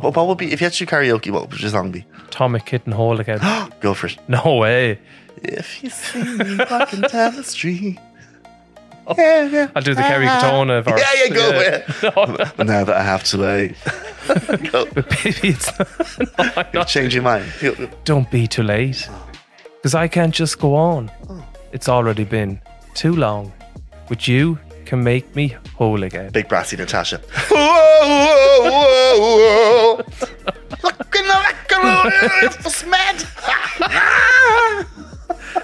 What, what would be if you had to do karaoke? What would your song be? Tom McKitten Hall again. Go for it. no way. If you see me walking down the street. I'll do the Kerry Katona verse. Yeah, yeah, go No, But now that I have to lay, go. maybe it's no, I'm not. change your mind. You- Don't be too late. Because I can't just go on. It's already been too long. But you can make me whole again. Big brassy Natasha. Whoa, whoa, whoa, whoa. Looking like a little elf mad.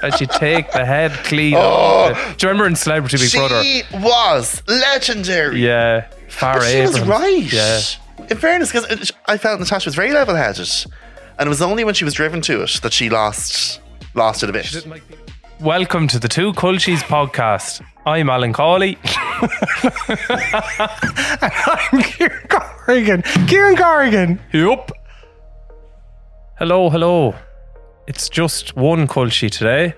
And she take the head clean off. the- Do you remember in Celebrity Big Brother? Oh. She was legendary. Yeah. Farrah But she was Abrams. right. Yeah. In fairness, because I felt Natasha was very level-headed, and it was only when she was driven to it that she lost lost it a bit. Welcome to the Two Cultures podcast. I'm Alan Cawley. I'm Kieran Corrigan. Kieran Corrigan. Yup. Hello, hello. It's just one Culture today.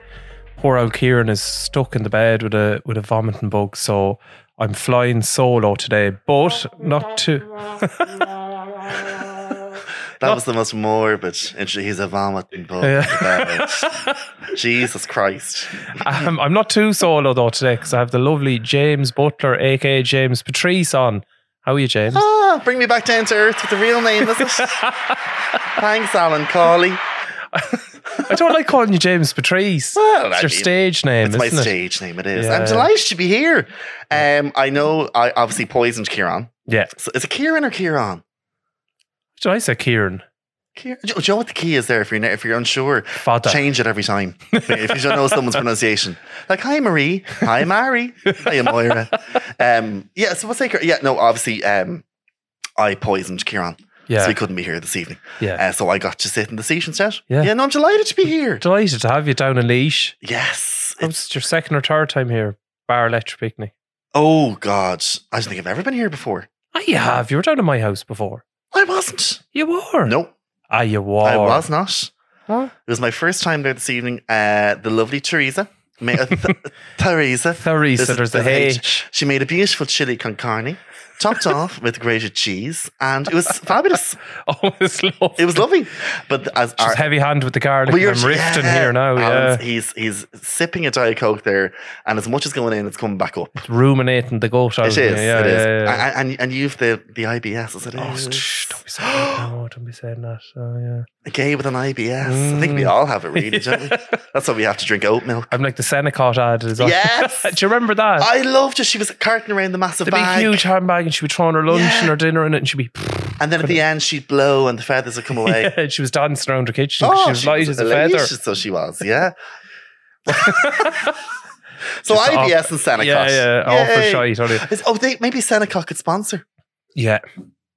Poor old Kieran is stuck in the bed with a with a vomiting bug, so I'm flying solo today, but not to. That was the most morbid. And she- he's a vomiting bug. Jesus Christ. Um, I'm not too solo though today because I have the lovely James Butler, aka James Patrice, on. How are you, James? Ah, bring me back down to earth with the real name, is it? Thanks, Alan Cawley. I don't like calling you James Patrice. Well, it's I your mean, stage name, It's isn't my it? stage name, it is. Yeah. I'm delighted to be here. Um, I know I obviously poisoned Kieran. Yeah. So is it Kieran or Kieran? Did I say Kieran? Kieran. Do you do you know what the key is there if you're, if you're unsure? Fada. Change it every time. if you don't know someone's pronunciation. Like, hi, Marie. Hi, Mary. Hi, Moira. Um, yeah, so what's that? Yeah, no, obviously, um, I poisoned Kieran. Yeah. So he couldn't be here this evening. Yeah. Uh, so I got to sit in the seat instead. Yeah. Yeah, no, I'm delighted to be here. Delighted to have you down in Leash. Yes. It's, It's your second or third time here, bar lecture picnic. oh, God. I don't think I've ever been here before. Ah, you have. You were down at my house before. I wasn't. You were. No, Ah, you were. I was not. Huh? It was my first time there this evening. Uh, the lovely Teresa. ma- uh, th- Teresa. Teresa, This is- there's the there's a H. She made a beautiful chili con carne, topped off with grated cheese, and it was fabulous. Oh, it's lovely. It was lovely. But as Just heavy hand with the garlic. Well, and I'm you're- rifting yeah. here now. Alan's- yeah. He's he's sipping a Diet Coke there, and as much as going in, it's coming back up. Ruminating the goat out. It is. of me. it is. Yeah, yeah, yeah. A- And, and you've the, the IBS, is it? Oh, is? shh, don't be saying that. No, don't be saying that. Oh, yeah. A gay with an IBS. I think we Mm. all have it, really, don't we? That's why we have to drink oat milk. I'm like the Senecott ad. Is on. Yes. Do you remember that? I loved it. She was carting around the massive the big bag. huge handbag, and she'd be throwing her lunch Yeah. and her dinner in it, and she'd be And then at the end, she'd blow and the feathers would come away. Yeah, she was dancing around her kitchen. 'cause she was light as a Oh, delicious, feather. So she was, yeah. so Just IBS off- and Seneca. Yeah, yeah, awful shite, aren't it? Oh, they, maybe Seneca could sponsor. Yeah.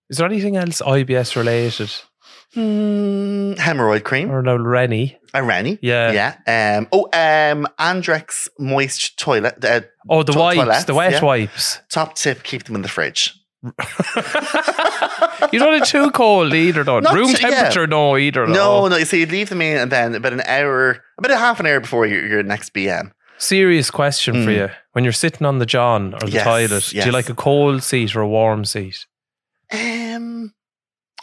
Is there anything else IBS related? Hmm, hemorrhoid cream. Or no, Rennie? A Rennie. Yeah. Yeah. Um, oh, um, Andrex Moist Toilet. Uh, Oh, the To- wipes, toilettes, the wet yeah. wipes. top tip, keep them in the fridge. You don't want it too cold either, though. Not Room too- yeah. temperature, no, either. No, though. no. You see, you leave them in, and then about an hour, about a half an hour before your, your next BM. Serious question for you. When you're sitting on the John or the Mm. Yes, toilet, do yes. you like a cold seat or a warm seat? Um.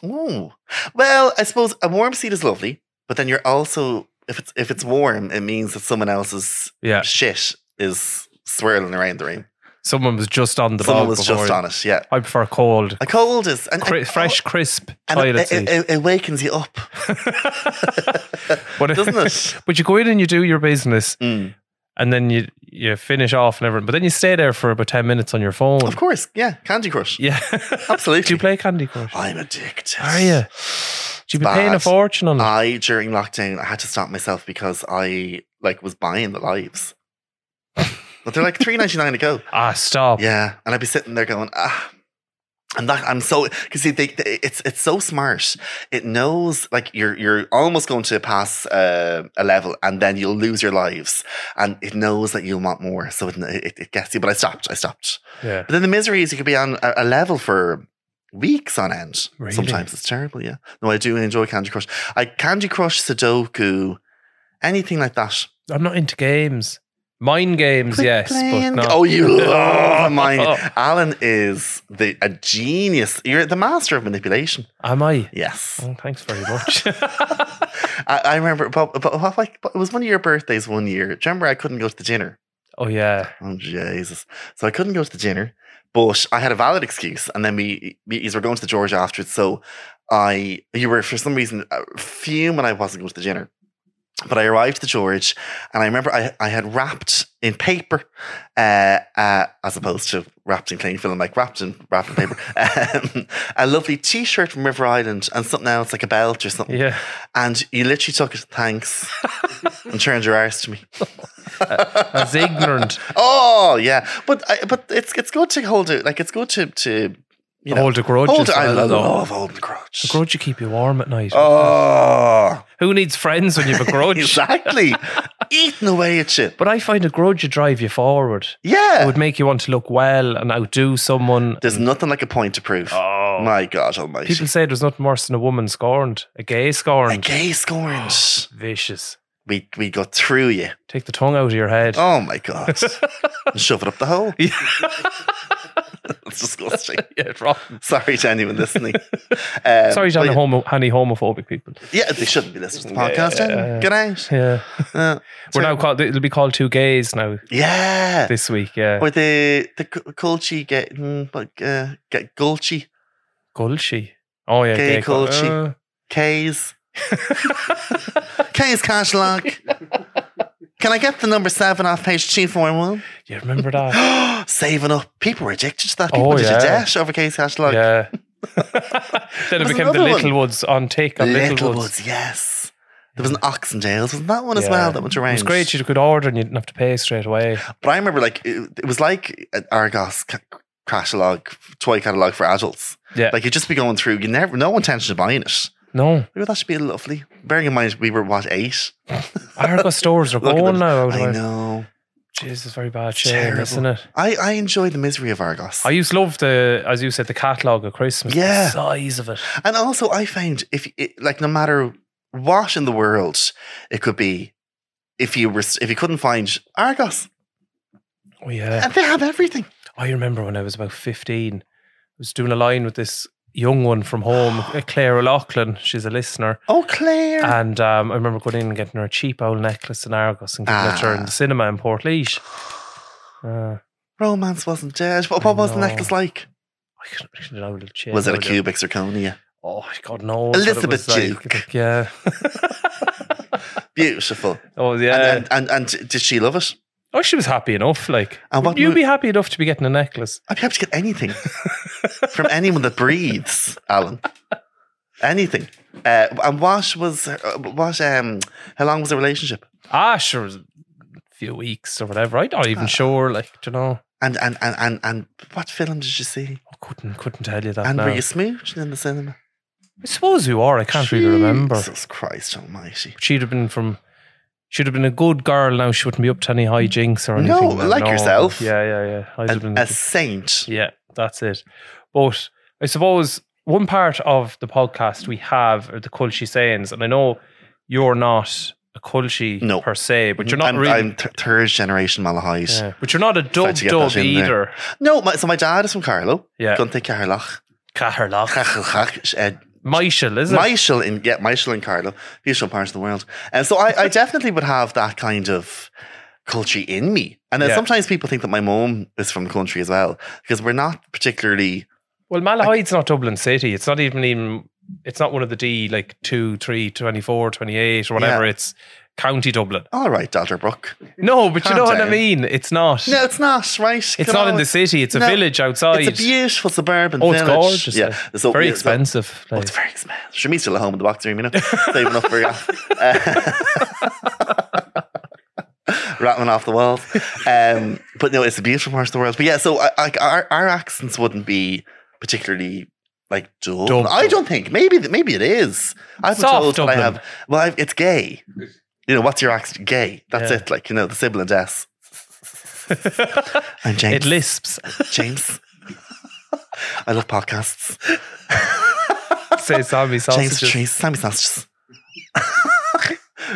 Oh. Well, I suppose a warm seat is lovely, but then you're also if it's if it's warm, it means that someone else's Yeah. shit is swirling around the room. Someone was just on the someone bog was before just you. on it. Yeah. I prefer cold, A cold is and, cri- and- fresh, crisp and uh, toilet it, it, seat. it, it wakens you up, But- doesn't it? but you go in and you do your business, Mm. and then you you finish off and everything. But then you stay there for about ten minutes on your phone. Of course. Yeah. Candy Crush. Yeah, Absolutely. do you play Candy Crush? I'm addicted. Are you? Do you be paying a bad. fortune on it? I during lockdown I had to stop myself because I like was buying the lives. but they're like three ninety nine to go. ah, stop. Yeah, and I'd be sitting there going, ah. And that I'm so because see, they, they, it's it's so smart. It knows like you're you're almost going to pass uh, a level, and then you'll lose your lives, and it knows that you'll want more, so it, it, it gets you. But I stopped. I stopped. Yeah. But then the misery is you could be on a, a level for weeks on end. Really? Sometimes it's terrible. Yeah. No, I do enjoy Candy Crush. I Candy Crush, Sudoku, anything like that. I'm not into games. Mind games, Quit yes, playing- but Oh. no. Oh, you love mine. Alan is the a genius. You're the master of manipulation. Am I? Yes, Oh, thanks very much. I, I remember. But, but, but like, but it was one of your birthdays one year. Do you remember I couldn't go to the dinner? oh yeah. Oh Jesus! So I couldn't go to the dinner, but I had a valid excuse. And then we, we we were going to the George afterwards. So I, you were for some reason uh, fuming when I wasn't going to the dinner. But I arrived at the George, and I remember I, I had wrapped in paper, uh, uh, as opposed to wrapped in cling film, like wrapped in wrapped in paper, um, a lovely T-shirt from River Island and something else like a belt or something. Yeah. And you literally took it, thanks, and turned your arse to me. I was ignorant. Oh yeah, but I, but it's it's good to hold it. Like it's good to to you know Hold a grudge Hold as I love, well, though. holding a grudge. Grudge you keep you warm at night. Oh, Who needs friends when you've a grudge? exactly. Eating away at shit. but I find a grudge would drive you forward. It Yeah, would make you want to look well and outdo someone. there's nothing like a point to prove. Oh my God, Almighty! People say there's nothing worse than a woman scorned, a gay a scorned. gay scorned. Vicious. we we got through you. Take the tongue out of your head. Oh my God! And Shove it up the hole. That's disgusting. Yeah, it's rotten. Sorry to anyone listening. Um, Sorry to but any, yeah- homo- any homophobic people. Yeah, they shouldn't be listening to the podcast. eh? Good night. Yeah. Uh, We're now called, it'll be called two gays now yeah. this week. Yeah. Or the the gu- Gulchi get mm, like uh, get Gulchi Gulchi. Oh, yeah. Gay cul- Gulchi. Uh, K's K's catalog. Can I get the number seven off page two four one? you remember that? Saving up. People were addicted to that. People Oh, did yeah. a dash over K's catalog. yeah. then it There's became the Oh, another Little one. Woods on take on Little, Littlewoods, Woods. yes. There was an Oxendales, wasn't that one as Yeah. well? That went around. It was great. You could order and you didn't have to pay straight away. But I remember, like, it, it was like an Argos ca- catalog, toy catalog for adults. Yeah. Like, you'd just be going through, you never, no intention of buying it. no. Maybe that should be lovely. Bearing in mind we were what eight. Argos stores are Look at going them. now. I know. Jeez, it's very bad shame, Terrible. isn't it? I I enjoy the misery of Argos. I used to love the, as you said, the catalogue of Christmas. the Yeah. size of it. and also, I found if it, like no matter what in the world it could be, if you were if you couldn't find Argos, Oh, yeah. and they have everything. I remember when I was about 15, I was doing a line with this young one from home, Claire O'Loughlin. She's a listener. Oh, Claire. And um, I remember going in and getting her a cheap old necklace in Argos and giving it to her in Ah. the cinema in Port Leash. Uh, Romance wasn't dead. What, what was the know. necklace like? I couldn't I couldn't know little chain. Was it a with cubic zirconia? Oh, God knows. Elizabeth but it was Duke. Like, yeah. Beautiful. oh, yeah. And, and, and and did she love it? oh, she was happy enough. Like, And what you'd mo- be happy enough to be getting a necklace. I'd be happy to get anything from anyone that breathes, Alan. Anything. Uh, and what was uh, what? Um, how long was the relationship? Ah, sure. It was a few weeks or whatever. I'm not Ah. even sure. Like, do you know? And and and and, and what film did you see? I couldn't, couldn't tell you that. and now. were you smooching in the cinema? I suppose you are. I can't really remember. Jesus Christ Almighty! She'd have been from. She'd have been a good girl. Now she wouldn't be up to any hijinks or No, anything. like yourself. Yeah, yeah, yeah. I'd have A, been. a saint. yeah, that's it. But I suppose one part of the podcast we have are the Kulshi sayings, and I know you're not a Kulshi No. per se, but you're not I'm, really. I'm th- third generation Malahite. yeah, but you're not a dub Start to get dub that in there. either. No, my, so my dad is from Carlo. Yeah. Gunther Carloch. Caherlach. Uh, Michael, is it? Michael in yeah, Michael in Carlo. He's from parts of the world. And so I, I definitely would have that kind of culture in me. And then Yeah. sometimes people think that my mom is from the country as well. Because we're not particularly Well, Malahite's not Dublin City. It's not even even. It's not one of the D like 2, 3, 24, 28 or whatever. Yeah. It's County Dublin. all right, Dodger Brook. No, but you Calm know what I down. mean. It's not. No, it's not, right? It's not in the city, it's a village outside. It's a beautiful suburban oh, it's village. gorgeous. Yeah. It's very yeah, so- expensive. Oh, like. it's very expensive. Shami's still at home in the box room, you know, saving up for uh, rattling off the walls. Um, but no, it's a beautiful part of the world. But yeah, so I, I, our, our accents wouldn't be particularly like Dublin. Dublin. I don't think. Maybe th- maybe it is. I've been Soft told that I Dublin. have. Well, I've, it's gay. You know, what's your accent? Gay. That's Yeah. it. Like you know, the sibilant S. I'm James. It lisps, James. I love podcasts. says Sammy James Sausages. Trees, Sammy Sausages.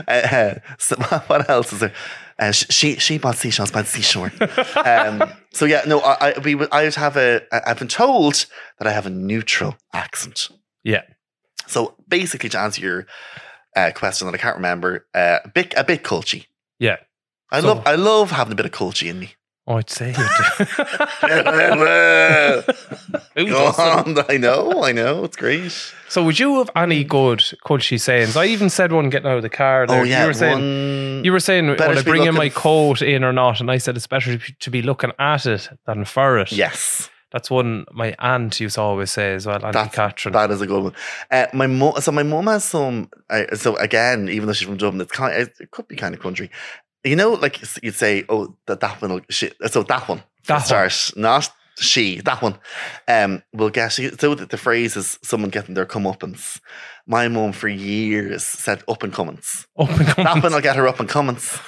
uh, so what else is there? Uh, sh- she she bought seashells by the seashore. um, so yeah, no, I, I we would I would have a I- I've been told that I have a neutral accent. Yeah. So basically, to answer your uh, question that I can't remember, uh, a bit a bit culchy. Yeah. I So- love I love having a bit of culchy in me. Oh, I'd say it. Who Go on, doesn't? I know, I know, it's great. So, would you have any good Kulshi sayings? I even said one getting out of the car. There. oh yeah, you were saying one- you were saying Mm. Better will I to be bring in my looking- coat in or not? And I said it's better to be looking at it than for it. yes. that's one my aunt used to always say as well. Auntie That's- Catherine. That is a good one. Uh, my mom, so my mom has some. Uh, so again, even though she's from Dublin, it's kind. It could be kind of country. You know, like s- you'd say, "Oh, that that one." will She, so that one. That for stars, not she. That one. Um, will get. She, so the, the phrase is someone getting their comeuppance. My mom for years said up and comings. Open That one will get her up and comings.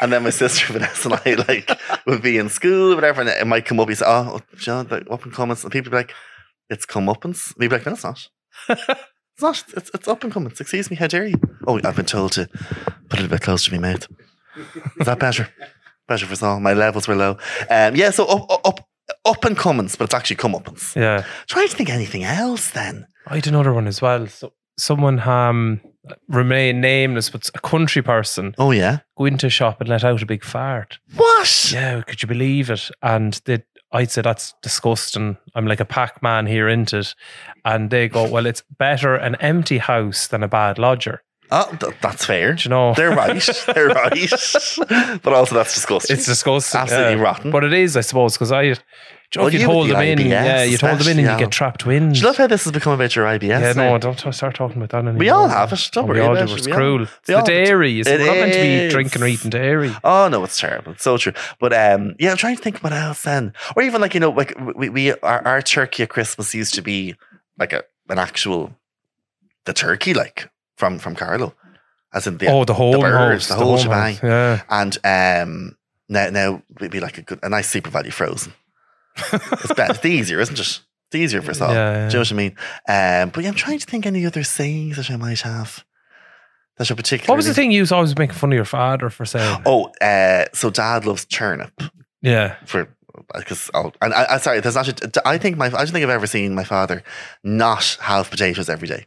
And then my sister Vanessa and I like would be in school, or whatever, and it might come up. You say, "Oh, John, the up and comings," and people be like, "It's comeuppance." We'd be like, "No, it's not. It's not. It's, it's up and comings." Excuse me, how dare you? Oh, I've been told to put it a bit closer to me mouth. Is that better? Better for us all. My levels were low. Um, yeah, so up, up, up- up and comings, but it's actually comeuppance. yeah, Try to think of anything else then. I had another one as well. So someone um remain nameless, but a country person Oh yeah, go into a shop and let out a big fart. what? Yeah, could you believe it? And they, I'd say that's disgusting. I'm like a Pac-Man here into it, and they go, well, it's better an empty house than a bad lodger. Oh, th- that's fair. Do you know? They're right. They're right. but also, that's disgusting. It's disgusting. absolutely yeah. rotten. But it is, I suppose, because I. do you know, Well, if you'd you would hold be them in, IBS, yeah, you'd hold them in and especially, you yeah. get trapped in. Do you love how this has become about your IBS? yeah, now? no, don't t- start talking about that anymore. We all have it. Don't Oh, worry we all about do. it. It's We all- cruel. It's we the all do. dairy. It's, It we're not meant to be is. drinking or eating dairy. Oh no, it's terrible. It's so true. But um, yeah, I'm trying to think what else then, or even like you know, like we, we our, our turkey at Christmas used to be like a an actual the turkey like from from Carlo, as in the oh, the whole birds, house, the whole home shebang. house, Yeah. and um now now it'd be like a good a nice super value frozen. it's better. It's easier, isn't it? It's easier for us all. Yeah, yeah. Do you know what I mean? Um, but yeah, I'm trying to think any other sayings that I might have that are particularly. What was the thing you was always making fun of your father for saying? Oh, uh, so Dad loves turnip Yeah. for because I'll and I, I sorry, there's actually I think my I don't think I've ever seen my father not have potatoes every day.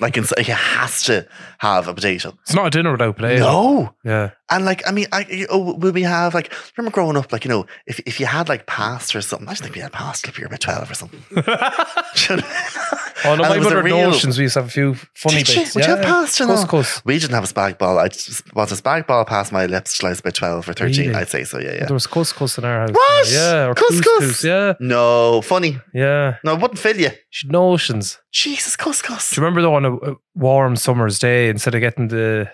Like in, he has to have a potato. It's not a dinner without potato. No, Yeah. And like, I mean, I you- oh, will we have like? Remember growing up, like you know, if if you had like pasta or something, I just think we had pasta if you were about twelve or something. Oh, no, And my it was a brother real- notions we used to have a few funny Did you? bits. Would you have pasta now? Couscous. We didn't have a spag ball. I just was a spag ball past my lips till I was about twelve or thirteen. Really? I'd say so. Yeah, There yeah. was couscous in our house. What? Yeah, or Couscous? couscous. Yeah, No, funny. yeah. No, it wouldn't fill you. She notions. Jesus, couscous. Do you remember though on a a uh, warm summer's day, instead of getting the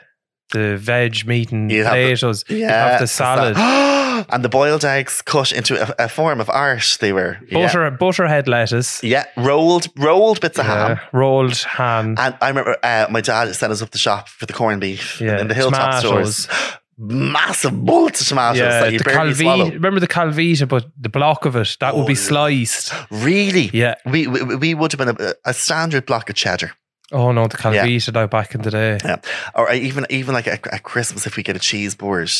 the veg meat and You'd have the- potatoes, you have the it's that. salad. and the boiled eggs cut into a, a form of art. They were Yeah. Butter butterhead lettuce. Yeah, rolled rolled bits of ham. yeah, rolled ham. And I remember uh, my dad sent us up the shop for the corned beef Yeah, in the hilltop tomatoes. stores. Massive bolts of tomatoes that you the barely calvita. swallow. Remember the calvita, but the block of it that would be Oh. sliced. Really? Yeah. We, we we would have been a, a standard block of cheddar. Oh no, the Calvita now back in the day. Yeah. Or I- even even like at, at Christmas, if we get a cheese board,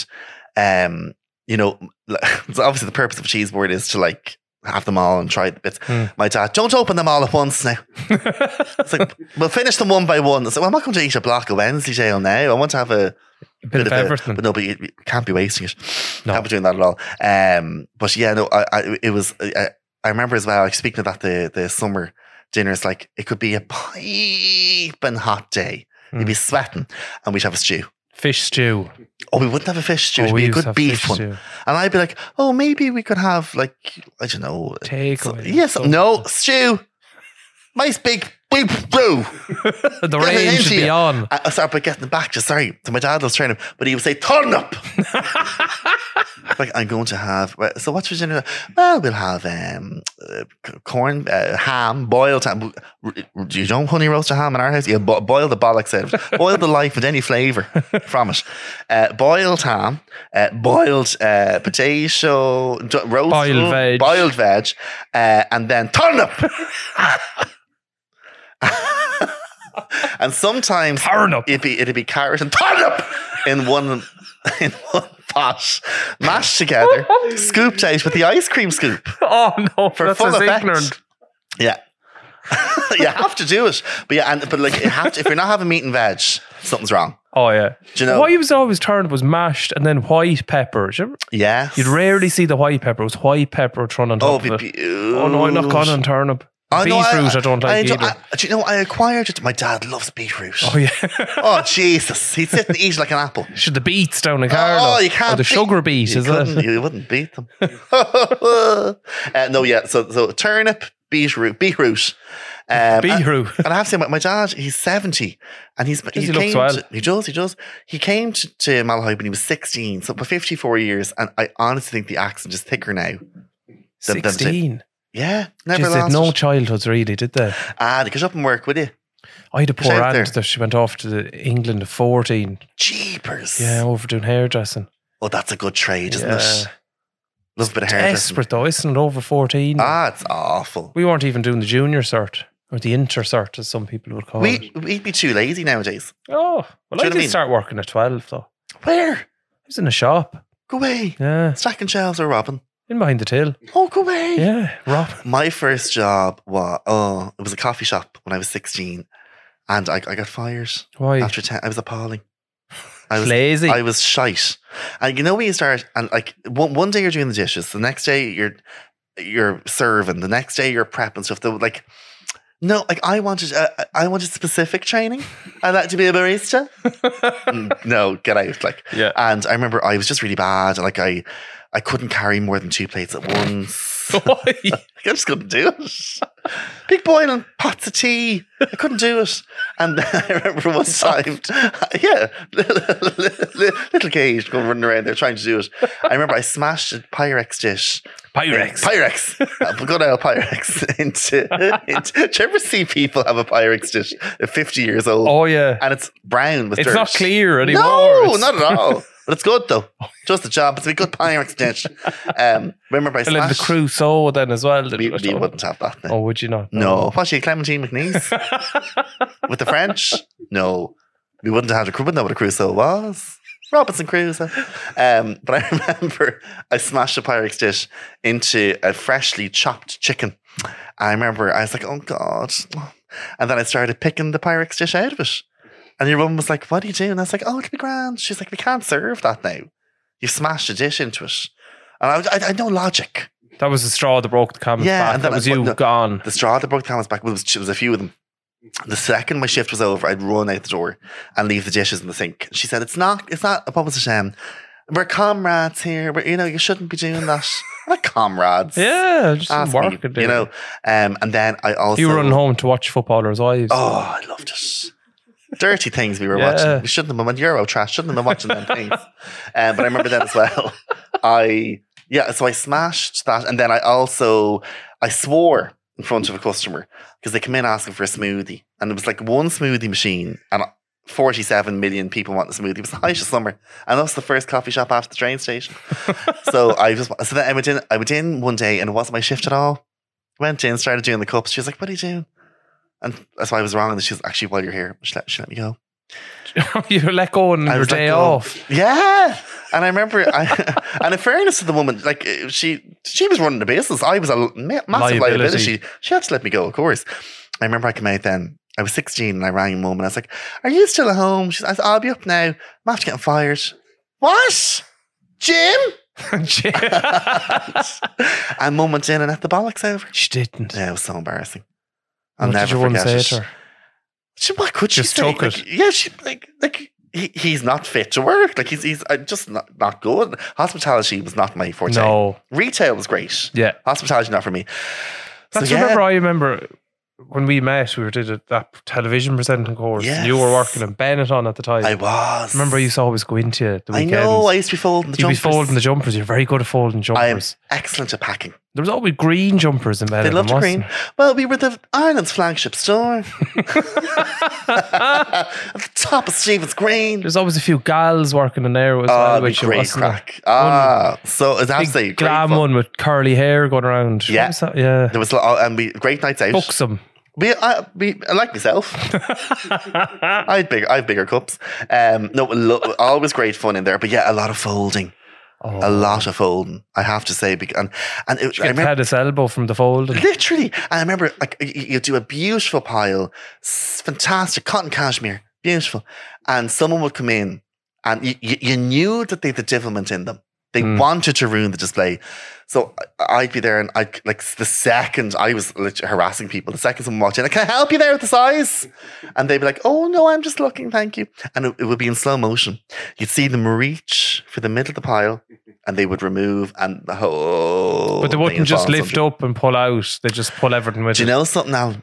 um, you know, so obviously the purpose of a cheese board is to like have them all and try the bits. Hmm. My dad, don't open them all at once now. It's like we'll finish them one by one. It's like, well, I'm not going to eat a block of Wednesday jail now. I want to have a Bit, of, a- everything. but no, but you, you can't be wasting it. No. Can't be doing that at all. Um, but yeah, no, I, I it was. I, I remember as well. Like speaking of that, the the summer dinners, like it could be a piping hot day. You'd Hmm. be sweating, and we'd have a stew. Fish stew. Oh, we wouldn't have a fish stew. Oh, It'd we be a used to good have beef fish one. stew. And I'd be like, oh, maybe we could have like I don't know. Take so- yes, no stew. Nice big big brew. the Get it range into should be you. on. I, I started by getting back to sorry to my dad was training, but he would say, "Turn up." like I'm going to have. well, So what's for dinner? Well, we'll have um, uh, c- corn, uh, ham, boiled ham. R- r- You don't honey roast a ham in our house. You bo- boil the bollocks out of it. Boil the life with any flavour from it. Uh, boiled ham, uh, boiled uh, potato, d- roast, mm, Boiled veg. boiled veg, uh, and then turnip. And sometimes Turnip. it'd be it'd be carrot and turnip in one in one pot, mashed together, scooped out with the ice cream scoop Oh no, for that's full as effect. ignorant. Yeah. you have to do it, but yeah, and but like you have to, if you're not having meat and veg, something's wrong. Oh yeah. Do you know- What he was always turned was mashed and then white pepper. Do you remember- Yeah, You'd rarely see the white pepper. It was white pepper thrown on Oh, top be of it. Oh no, I'm not gone on turnip. beetroot, I, don't like either. do you know I acquired it? My dad loves beetroot. oh yeah. Oh, Jesus, he'd sit and eat it like an apple. Should the beets down in Carlo? Oh, you can't. Or the beat- sugar beet, you is it? couldn't- You wouldn't beat them. uh, no, yeah. So, so turnip, beetroot, beetroot. Um, Beetroot. And, and I have to say, my, my dad, he's 70 and he's, he, he looks came well. to, he does, he does. He came to, to Malahide when he was 16, so for 54 years. And I honestly think the accent is thicker now. Them- them two. Sixteen. Yeah, never Just lost. did no it. childhoods really, did they? Ah, they get up and work with you. I had a poor out aunt there. that she went off to the England at fourteen. Jeepers. Yeah, overdoing hairdressing. Oh, that's a good trade, isn't Yeah. it? Love a bit of hairdressing. Desperate though, isn't it? Over fourteen. Ah, it's awful. We weren't even doing the junior cert or the inter cert, as some people would call We, it. we'd be too lazy nowadays. Oh, well, Do you know what I I did mean? start working at twelve though. Where? I was in a shop. Go away. Yeah, Stacking shelves or robbing. in behind the till. Oh, go away. Yeah, Rob. My first job was, oh, it was a coffee shop when I was 16. And I, I got fired Why? after 10. I was appalling. I was, Lazy. I was shite. And you know when you start, and like one, one day you're doing the dishes, the next day you're you're serving, the next day you're prepping stuff. Though, like, no, like I wanted, uh, I wanted specific training. I like to be a barista. Mm, no, get out. Like, Yeah. And I remember I was just really bad. Like I, I couldn't carry more than two plates at once. Why? I just couldn't do it. Big boiling pots of tea. I couldn't do it. And I remember one time, yeah, little cage going running around there trying to do it. I remember I smashed a Pyrex dish. Pyrex. Pyrex. Uh, Good old Pyrex. into, into, do you ever see people have a Pyrex dish at 50 years old? Oh yeah. And it's brown with It's dirt. not clear anymore. No, It's- not at all. But it's good though. Just a job. It's a good Pyrex dish. Um, remember I And then the smashed. Crusoe then as well. we, we wouldn't have that now. Oh, would you not? No. What's she, Clementine McNeese? With the French? No. We wouldn't have had a wouldn't know what a Crusoe was. Robinson Crusoe. Um, but I remember I smashed a Pyrex dish into a freshly chopped chicken. I remember I was like, oh God. And then I started picking the Pyrex dish out of it. And your mum was like, what are you doing? I was like, oh, it'll be grand. She's like, we can't serve that now. You've smashed a dish into it. And I, was- I, I had no logic. That was the straw that broke the camel's Yeah, back. and that then was I- you no. gone. The straw that broke the camel's back well, it was, it was a few of them. The second my shift was over, I'd run out the door and leave the dishes in the sink. She said, "It's not, it's not a problem, Hashem. We're comrades here. But you know, you shouldn't be doing that. We're not comrades. Yeah, just Ask me, working. you know." Um, and then I also you were running home to watch footballers' wives. Oh, I loved it. Dirty things we were Yeah. watching. We shouldn't have been on Euro trash. Shouldn't have been watching them things. Um, but I remember that as well. I yeah. So I smashed that, and then I also I swore in front of a customer because they came in asking for a smoothie, and it was like one smoothie machine and. 47 million people want the smoothie. It was the height of summer. And that was the first coffee shop after the train station. so I was so then I went in I went in one day and it wasn't my shift at all. Went in, started doing the cups. She was like, What are you doing? And that's why I was wrong. And she's actually, while you're here, she let, she let me go. you let go on I your was let day go. off. Yeah. And I remember, I, and in fairness to the woman, like eh, she she was running the business. I was a l- ma- massive liability. Liability. She, she had to let me go, of course. I remember I came out then. I was 16 and I rang mum and I was like, Are you still at home? She said, I'll be up now. I'm after getting fired. What? Jim? she and mum went in and at the bollocks over. she didn't. Yeah, it was so embarrassing. I'll What did never your one forget say it. to her? She, what could she Just say? took Like, yeah, she like like he, he's not fit to work. Like he's he's uh, just not, not good. Hospitality was not my forte. No. Retail was great. Yeah. Hospitality not for me. So, That's yeah. remember I remember when we met, we were did a, that television presenting course. and You were Yes. working in Bennett on at the time. I was. remember I used to always go into you at the I weekends. know. I used to be folding the You'd be jumpers. folding the jumpers. You're very good at I folding am jumpers. excellent at packing. there was always green jumpers in They Bennett. loved wasn't green. Well, we were the Ireland's flagship store. at the top of Stephen's Green. There's always a few gals working in there as Ah, well, it'd be which great was crack. Ah, so it's absolutely big great glam fun. one with curly hair going around. What Yeah. was that? yeah. There was a lot, and we great nights out. Buxom. We, I, we, I like myself. I had bigger, I have bigger cups. Um, no, lo- always great fun in there, but yeah, a lot of folding, a lot of folding. I have to say, bec- and and it, I Get remember Teddy's elbow from the fold. and- literally, and I remember like you, you do a beautiful pile, s- fantastic cotton cashmere, beautiful, and someone would come in, and you, you, you knew that they had the devilment in them. They Hmm. wanted to ruin the display, so I- I'd be there, and I would like the second I was lit- harassing people, the second someone walked in, like, "Can I help you there with the size?" And they'd be like, "Oh no, I'm just looking, thank you." And it, it would be in slow motion. You'd see them reach for the middle of the pile, and they would remove, and the whole. But they thing wouldn't would just fall lift under. up and pull out. They just pull everything with Do you it. know something now?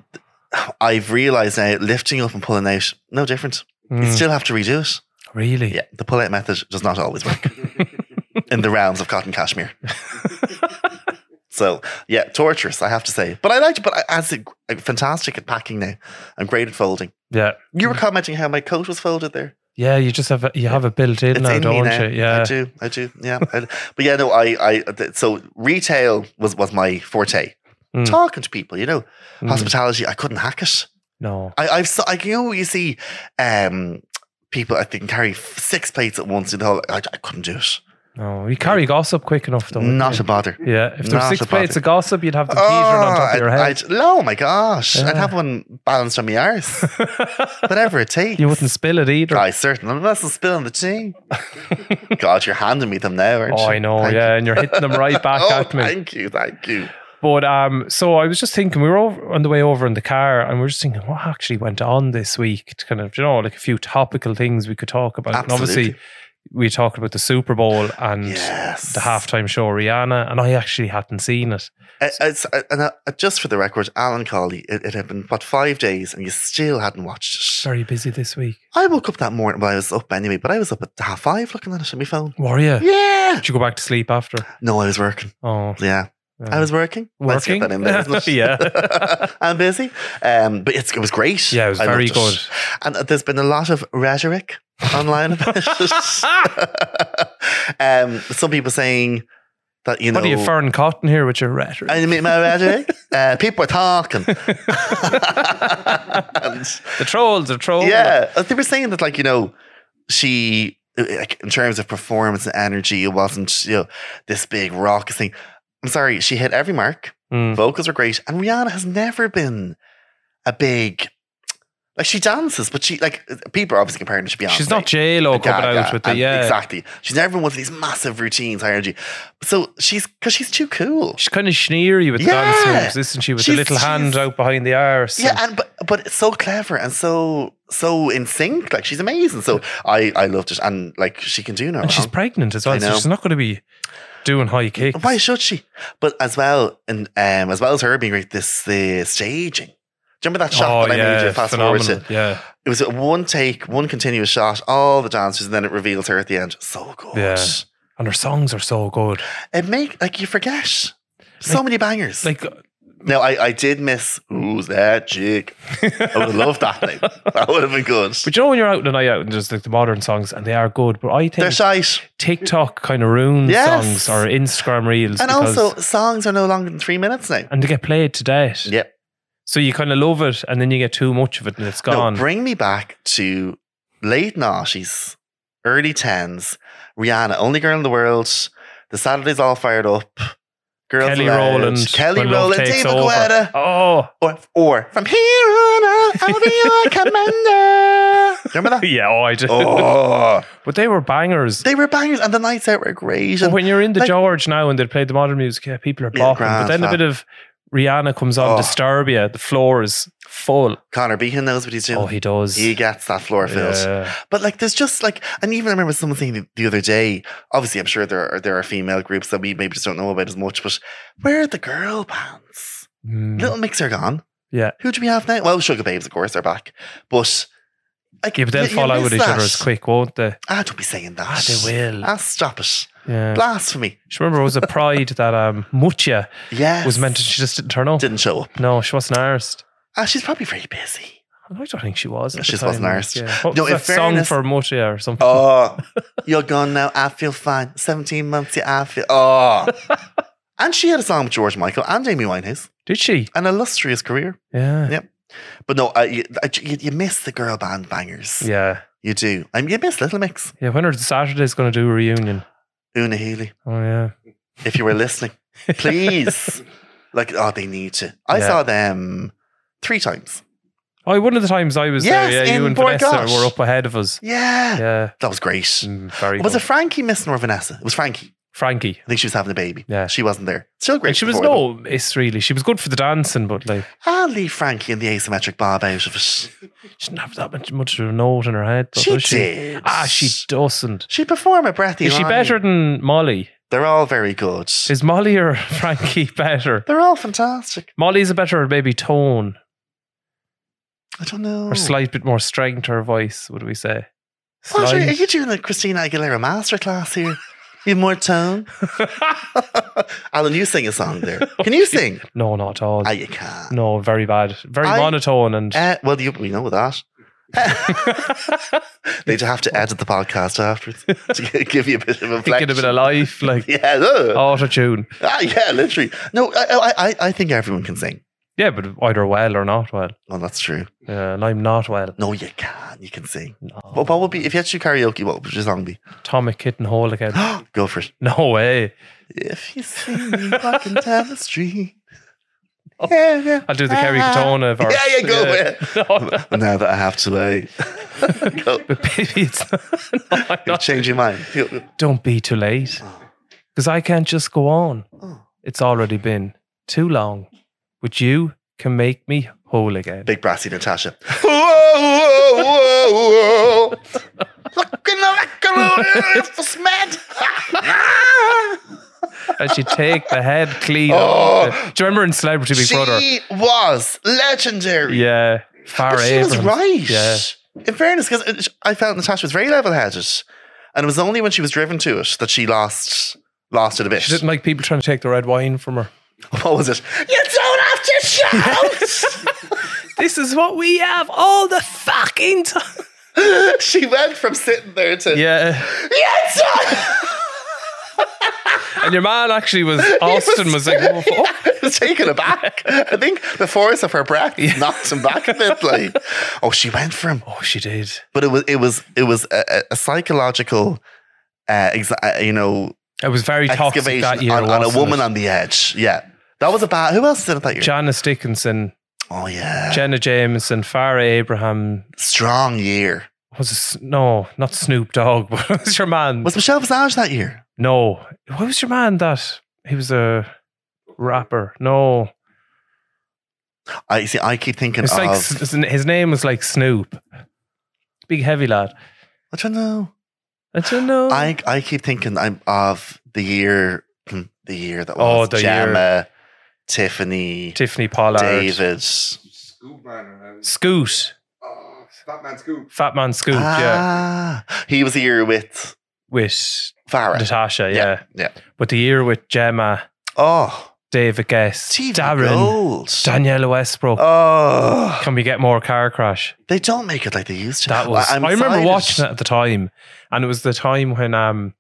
I've realized now lifting up and pulling out, no different. You Mm. still have to redo it. Really? Yeah, the pull out method does not always work in the realms of cotton cashmere. so, yeah, torturous, I have to say. But I liked it, but I, as a, I'm fantastic at packing now. I'm great at folding. Yeah. You were commenting how my coat was folded there. Yeah, you just have a, you have it built in It's now, in don't me now. you? Yeah. I do. I do. Yeah. I- but yeah, no, I, I, so retail was, was my forte. Mm. Talking to people, you know, Mm. hospitality, I couldn't hack it. No. I, I've saw, I, you know you see um, people I think carry f- six plates at once. And all I, I couldn't do it. No. You carry gossip quick enough though. wouldn't Not you? a bother. Yeah. If there's Not six a bother. Oh, plates of gossip, you'd have the Peter on top of your I'd- head. I'd- no, my gosh, I'd Yeah. have one balanced on my arse. Whatever it takes. you wouldn't spill it either. I certainly. Unless I'm spilling the tea. God, you're handing me them now, aren't Oh, you? I know, Thank yeah, you. and you're hitting them right back oh, at me. Thank you, thank you. But um, so I was just thinking, we were over, on the way over in the car, and we were just thinking, what actually went on this week? To kind of, you know, like a few topical things we could talk about. And obviously, Absolutely. we talked about the Super Bowl and Yes. the halftime show Rihanna, and I actually hadn't seen it. Uh, it's- uh, and uh, just for the record, Alan Colley, it, it had been, what, five days and you still hadn't watched it. Very busy this week. I woke up that morning. Well, I was up anyway, but I was up at half five looking at it on my phone. Were you? Yeah. Did you go back to sleep after? No, I was working. Oh, Yeah. yeah. I was working. Let's get Working? that in there, isn't it? Yeah. I'm busy. Um, but it's, it was great. Yeah, it was I very loved good. And uh, there's been a lot of rhetoric online about it. um, some people saying that, you know. What are you, Fern Cotton here with your rhetoric? I mean, my rhetoric. uh, people are talking. And- the trolls are trolling. Yeah, uh, they were saying that, like you know, she uh, like, in terms of performance and energy, it wasn't you know this big raucous thing. I'm sorry, she hit every mark. Mm. Vocals were great, and Rihanna has never been a big like she dances, but she like uh, people are obviously comparing her to Beyonce. She's not J Lo coming Gaga, out with the and- yeah. exactly. She's never been one of these massive routines, high energy. So she's because she's too cool. She's kind of sneery with the Yeah. dance moves, isn't she? With She's- the little hand she's- out behind the arse. Yeah, and but but it's so clever and so so in sync. Like she's amazing. So I I loved it, and like she can do Um, no and she's wrong. pregnant as well, Oh. I so know. she's not going to be doing high kicks. Why should she? But as well, and um, as well as her being great, this the staging. Do you remember that shot Oh, that I made yeah, you fast phenomenal. forward to? Yeah, It was one take, one continuous shot, all the dancers, and then it reveals her at the end. So good. Yeah. and her songs are so good. It make like you forget. So many bangers. Like, No, I, I did miss Who's that chick? I would have loved that name. That would have been good. but you know when you're out and I out, and there's like the modern songs, and they are good. But I They're think shite. TikTok kind of ruins Yes. songs or Instagram reels, And because- also, songs are no longer than three minutes now. and they get played to death. Yep. So you kind of love it, and then you get too much of it, and it's gone. No, bring me back to late noughties, early tens. Rihanna, only girl in the world. The Saturdays all fired up. Girls Kelly Aloud, Rowland, Kelly when love Rowland, takes David over. Guetta. Oh, Or, or from here on out, I'll be your commander. Remember that? yeah, oh, I did. Oh, But they were bangers. they were bangers, and the nights out were great. But And when you're in the like- George now and they play the modern music, yeah, people are Yeah, bopping. But grand then a fab. bit of Rihanna comes on, Oh. Disturbia, the floor is full. Connor Behan knows what he's doing. Oh, he does. He gets that floor filled. Yeah. But like, there's just like, and even I remember someone saying the, the other day. Obviously, I'm sure there are there are female groups that we maybe just don't know about as much. But where are the girl bands? Mm. Little Mix are gone. Yeah. Who do we have now? Well, Sugar Babes, of course, are back. But like, Yeah, but they'll you- you fall out with miss each other that. as quick, won't they? Ah, don't be saying that. Ah, they will. Ah, stop it. Yeah. Blasphemy. She remember it was a pride that um Mucha Yes. was meant to she just didn't turn up. Didn't show up. No, she wasn't arsed. Ah, she's probably very busy. I don't think she was. at She the just wasn't time. arsed. Yeah. What No, was in that fairness- song for Mucha or something? Oh, you're gone now. I feel fine. 17 months, yeah, I feel. Oh. and she had a song with George Michael and Amy Winehouse. Did she? An illustrious career. Yeah. Yep. But no, uh, you, uh, you, you miss the girl band bangers. Yeah. You do. I mean, you miss Little Mix. Yeah. When are the Saturdays going to do a reunion? Una Healy. Oh, yeah. If you were listening, please. like, oh, they need to. I Yeah. saw them three times. Oh, one of the times I was Yes, there, yeah, you in and Vanessa Borgosh. were up ahead of us. Yeah. Yeah, That was great. mm, very Was good. it Frankie missing or Vanessa? It was Frankie. Frankie. I think she was having a baby. Yeah. She wasn't there. Still great. Like, she was before them. no miss really. She was good for the dancing, but like I'll leave Frankie and the asymmetric bob out of it. she didn't have that much, much of a note in her head. But She does she? did. Ah, she doesn't. She perform a breathy Is she line. better than Molly? They're all very good. Is Molly or Frankie better? They're all fantastic. Molly's a better maybe tone I don't know. or slight bit more strength to her voice. Would we say? Hmm. What, are, are Slight. you doing a Christina Aguilera masterclass here? You have more tone? Alan, you sing a song there. Can you sing? No, not at all. Ah, you can't. no, very bad, very I- monotone, and Eh, well, you, we know that. They'd have to edit the podcast afterwards to give you a bit of a get a bit of Oh. life, like Yeah, look. auto tune. Ah, yeah, literally. No, I, I, I- I think everyone can sing. Yeah, but either well or not well. Oh, that's true. Yeah, and I'm not well. No, you can. You can sing. No. What, what would be if you had to do karaoke? What would your song be? Atomic hit and hole again. Go for it. No way. If you see me walking down the street. Yeah, yeah. Oh, Ah. I'll do the Kerry Katona of our. Uh-huh. Yeah, yeah, go No, But now that I have to, like, go. but baby, it's no, I'm you not- change your mind. Don't be too late. Oh. Because I can't just go on. It's already been too long. But you can make me whole again. Big brassy Natasha. Whoa, whoa, whoa, whoa. Looking like a little for smed. And she take the head clean Oh. off. the- Do you remember in Celebrity Big Brother? She was legendary. Yeah. Far But she was right. Yeah. In fairness, because I felt Natasha was very level-headed, and it was only when she was driven to it that she lost lost it a bit. She didn't like people trying to take the red wine from her. What was it? You don't have to shout. This is what we have all the fucking time. she went from sitting there to Yeah. "You don't-" And your man actually was Austin was, like, "Whoa, oh, It was taken aback. I think the force of her breath knocked him back a bit. Like, oh, she went from. oh, she did. But it was it was it was a, a- a psychological, uh, exa- uh, you know, It was very toxic that excavation year. on, on a wasn't woman it? on the edge. Yeah, that was a bad. Who else did it that year? Janice Dickinson, oh yeah, Jenna Jameson, Farah Abraham. strong year. Was it, S- no, not Snoop Dogg, but it was your man. Was Michelle Visage that year? no, what was your man that he was a rapper? No, I see. I keep thinking it's of. like S- his- his name was like Snoop, big heavy lad. I don't know. I don't know. I I keep thinking I'm of the year, hmm, the year that Oh, was the year. Gemma, Tiffany, Tiffany Pollard, David. Scoop Man or Scoot, oh, Fat Man Scoop. Fat Man Scoot, yeah, Ah, he was here with with Farah. Natasha, yeah. Yeah, yeah. But the year with Gemma, Oh, David Guest, Steve Darren, Gold. Daniela Westbrook. Oh, Can we get more car crash? they don't make it like they used to. That was. i I'm remember excited. watching it at the time, and it was the time when um,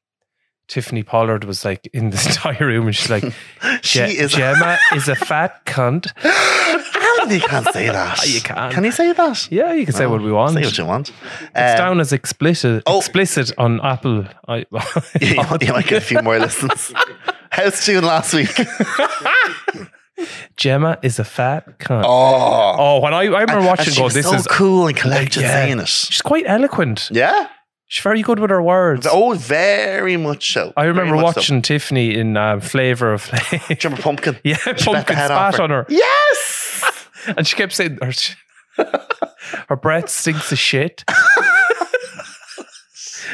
Tiffany Pollard was like in this entire room, and she's like, She "Ge- is- Gemma is a fat cunt." How you can't say that. You can. Can you say that? Yeah, you can say what we want. Oh, Say what you want. It's Um, down as explicit, oh. explicit on Apple. I, you, might- you might get a few more listens. How's June last week? Gemma is a fat cunt. Oh, Oh, when I, I remember And- and watching, she go, was this so is cool and collected Yeah. saying it. She's quite eloquent. Yeah. She's very good with her words. Oh, very much so. I Very remember much so. watching Tiffany in um, Flavor of Flame. Do you remember Pumpkin? yeah, She let the pumpkin head off spat on her, Yes. and she kept saying her, her breath stinks of shit.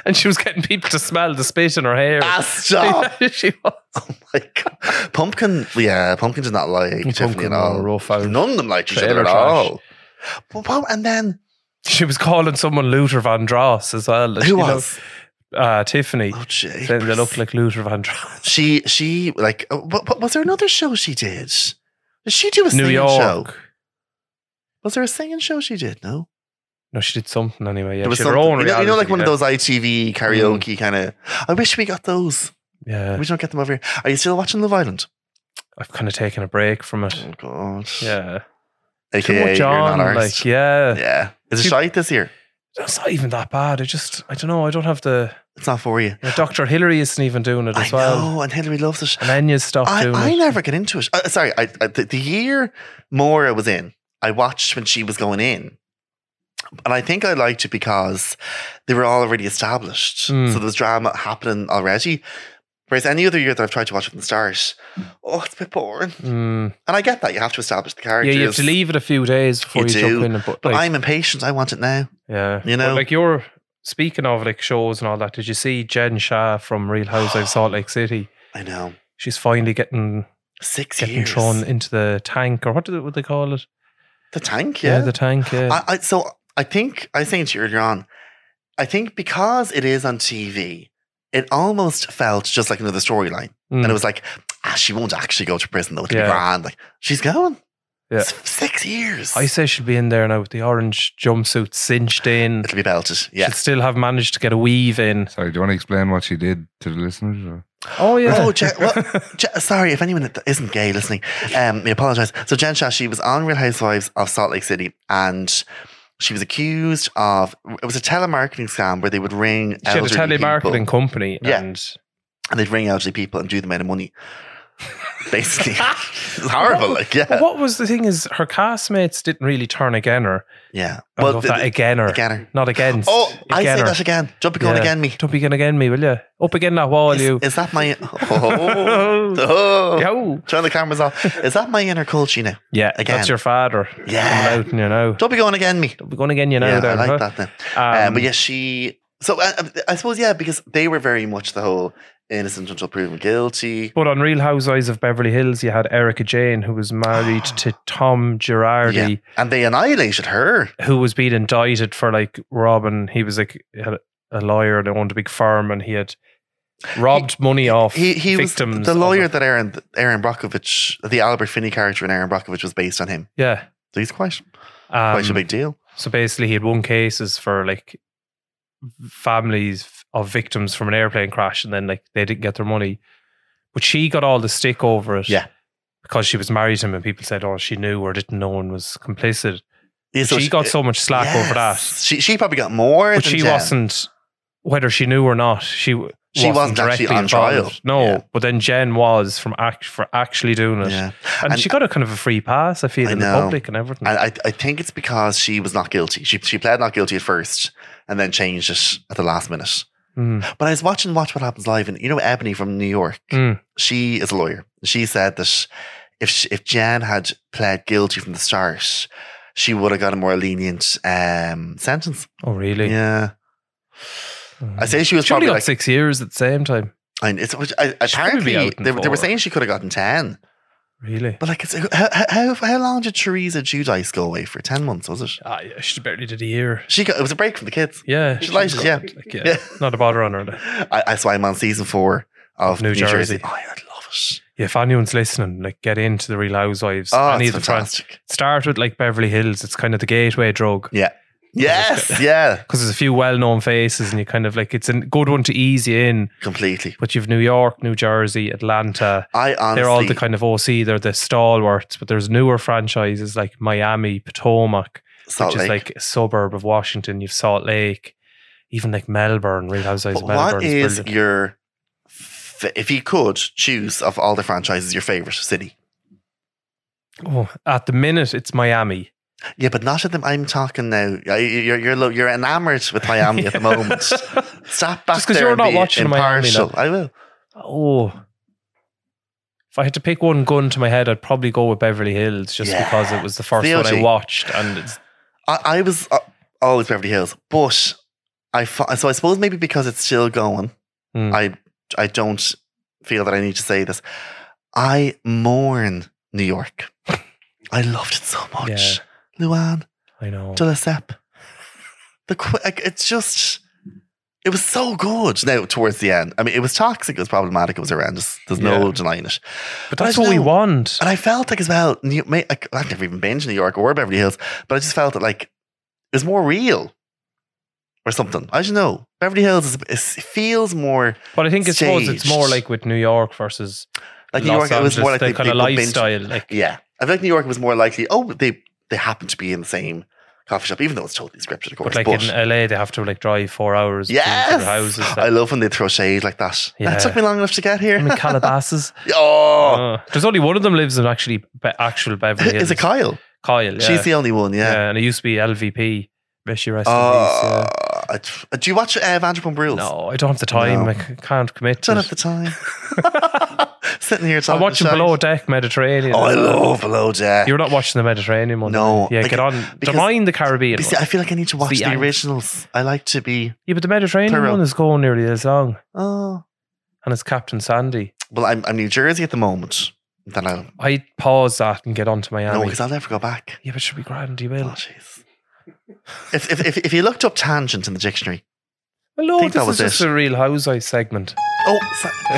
and she was getting people to smell the spit in her hair. Ah, stop. she was. like pumpkin, yeah, pumpkin did not like Tiffany Pumpkin at all. were rough out. None of them liked each Trailer other at trash. all. But, wow, and then She was calling someone Luther Vandross as well. who She was? lo- uh, Tiffany. Oh, Saying they jeepers. look like Luther Vandross. She, she, like, uh, what, what- was there another show she did? Did she do a New singing York. show? Was there a singing show she did? No. No, she did something anyway. Yeah, there was she had her own you know, you know, like reality, one of yeah. Mm-hmm. those ITV karaoke kind of. I wish we got those. Yeah, We don't get them over here. Are you still watching Love Island? I've kind of taken a break from it. Oh God. Yeah, AKA, too much you're on. not Like, ours. yeah. yeah. Is it Too- shite this year? that's not even that bad. I just, I don't know. I don't have the. It's not for you. you know, Dr. Hillary isn't even doing it I as well. know, and Hillary loves it. And Enya's stopped I, doing I it. never get into it. Uh, sorry, I, I, the, the year Maura was in, I watched when she was going in. And I think I liked it because they were all already established. So Mm. there was drama happening already. Whereas any other year that I've tried to watch it from the start, oh, it's a bit boring. Mm. And I get that. You have to establish the Yeah, characters. you have to leave it a few days before You you, do, jump in. And, but But like, I'm impatient. I want it now. yeah, you But, know- like you're speaking of like shows and all that. Did you see Jen Shah from Real Housewives of Salt Lake City? I know. She's finally getting Six getting years. thrown into the tank, or what do they, what they call it? The tank, yeah. the tank. Yeah, I, I, so I think I was saying to you earlier on, I think because it is on TV, it almost felt just like another storyline, Mm. and it was like, ah, she won't actually go to prison though. It'll Yeah. be grand. Like she's going. Yeah. S- six years. I say she'll be in there now with the orange jumpsuit cinched in. it'll be belted. she Yeah. Should still have managed to get a weave in. Sorry, do you want to explain what she did to the listeners? Or? Oh yeah. Oh, Je- well, Je- sorry if anyone that isn't gay listening. Um, we apologize. So Jen Shah, she was on Real Housewives of Salt Lake City, and she was accused of it was a telemarketing scam where they would ring she had a elderly people. telemarketing company. Yeah. And and they'd ring elderly people and do them out of money. Basically, it's horrible. Like, yeah, But what was the thing is her castmates didn't really turn again her. yeah. I love that again or again her. not against. Oh, I say her. that again. Jump again Yeah. again me. Don't begin again me, will you? Up again that wall, Is, you. is that my? Oh, oh. Yo. Turn the cameras off. Is that my inner culture now? Yeah, Again. that's your father. Yeah. coming out and you know. Don't be going again me. Don't be going again, you know. yeah, there, I like huh? that then. Um, Um, but yeah, she. So uh, uh, I suppose yeah, because they were very much the whole innocent until proven guilty. But on Real Housewives of Beverly Hills, you had Erica Jane, who was married to Tom Yeah. Girardi, And they annihilated her. who was being indicted for like robbing. He was like had a lawyer and owned a big firm, and he had robbed money off he he victims. was the of lawyer it. that Aaron Aaron Brockovich, the Albert Finney character in Aaron Brockovich, was based on him. yeah. So he's quite Um, quite a big deal. So basically, he had won cases for like families of victims from an airplane crash, and then like they didn't get their money. But she got all the stick over it, Yeah. because she was married to him, and people said, "Oh, she knew or didn't know and was complicit." Yeah, so she got so much slack Yes. over that, She she probably got more. but than she Jen. wasn't. Whether she knew or not, she w- She wasn't directly actually on trial. involved. No, Yeah. but then Jen was from act for actually doing it, Yeah, and, And- she got a kind of a free pass. I feel I in the know. public and everything. and I I think it's because she was not guilty. She she pled not guilty at first, and then changed it at the last minute. Mm. But I was watching Watch What Happens Live, and you know Ebony from New York. Mm. She is a lawyer. She said that if she, if Jan had pled guilty from the start, she would have got a more lenient um, sentence. Oh, really? Mm. Yeah. I say she was Mm-hmm. She only probably got like, six years at the same time. and it's which I, probably apparently out in they, were- they were four. saying she could have gotten ten, Really? but like it's how how, how long did Teresa Judice go away for? Ten months was it? Ah, yeah, she barely did a year. She got it was a break from the kids. Yeah, She she's likes it, got- yeah. like, yeah, Yeah. not a bother on her. like. I, I so I'm on season four of New New, Jersey. Jersey. Oh, I love it. Yeah, if anyone's listening, like get into the Real Housewives. Oh, any it's of the fran- fantastic. Start with like Beverly Hills. It's kind of the gateway drug. Yeah, Yes, yeah, because there's a few well-known faces, and you kind of like it's a good one to ease you in. completely. But you've New York, New Jersey, Atlanta. I honestly, they're all the kind of OC. They're the stalwarts. But there's newer franchises like Miami, Potomac, Salt Lake. which is like a suburb of Washington. You've Salt Lake, even like Melbourne. Real Housewives But of Melbourne. what is brilliant. your, fa- if you could choose of all the franchises, your favorite city? Oh, at the minute, it's Miami. Yeah, but not at them. I'm talking now. I- You're you're lo- you're enamored with Miami at the moment. Stop back Just 'cause there. you're and not be watching Miami now. impartial. I will. Oh. If I had to pick one gun to my head, I'd probably go with Beverly Hills just Yeah. because it was the first The one I OG. watched. And it's, I, I was uh, always Beverly Hills, but I fi- so I suppose maybe because it's still going, Hmm. I I don't feel that I need to say this. I mourn New York. I loved it so much. Luan, I know. de Lesseps. E The qu- like, it's just it was so good. Now towards the end, I mean, it was toxic. It was problematic. It was horrendous. There's no Yeah. denying it. But I that's don't what we know. want. And I felt like as well, New, ma- like, I've never even been to New York or Beverly Hills, but I just felt that like it was more real or something. I don't know. Beverly Hills is, is, feels more But I think it's, suppose it's more staged. like with New York versus like New Los York. Angeles, it was more like the they- kind of people binge- lifestyle. like, Yeah, I feel like New York was more likely. Oh, they they happen to be in the same coffee shop, even though it's totally scripted, of course. but like in LA, they have to like drive four hours between yes, different houses. I love when they throw shade like that. Yeah. That took me long enough to get here. I'm in Calabasas. oh, Uh, there's only one of them lives in actually be- actual Beverly Hills. is it Kyle? Kyle, Oh, yeah. She's the only one. yeah. Yeah. and it used to be LVP. May she rest in peace, yeah. Uh, I- do you watch uh, Vanderpump Rules? No, I don't have the time. No. I c- can't commit. To Don't it. have the time. Sitting here talking. I'm watching shite. Below Deck Mediterranean. Oh, I as well. love Below Deck. You're not watching the Mediterranean one. No, Yeah, like, get on. because- Don't mind the Caribbean. You see, one. I feel like I need to watch the the, ang- originals. I like to be. yeah, but the Mediterranean Plural. one is going nearly as long, Oh, and it's Captain Sandy. well, I'm, I'm New Jersey at the moment. Then I'll I pause that and get onto Miami. no, because I'll never go back. yeah, but it should be grand. You Oh, will. jeez. if, if if if you looked up tangent in the dictionary, Hello, think this that is was just it. a real Housewives segment. oh, so-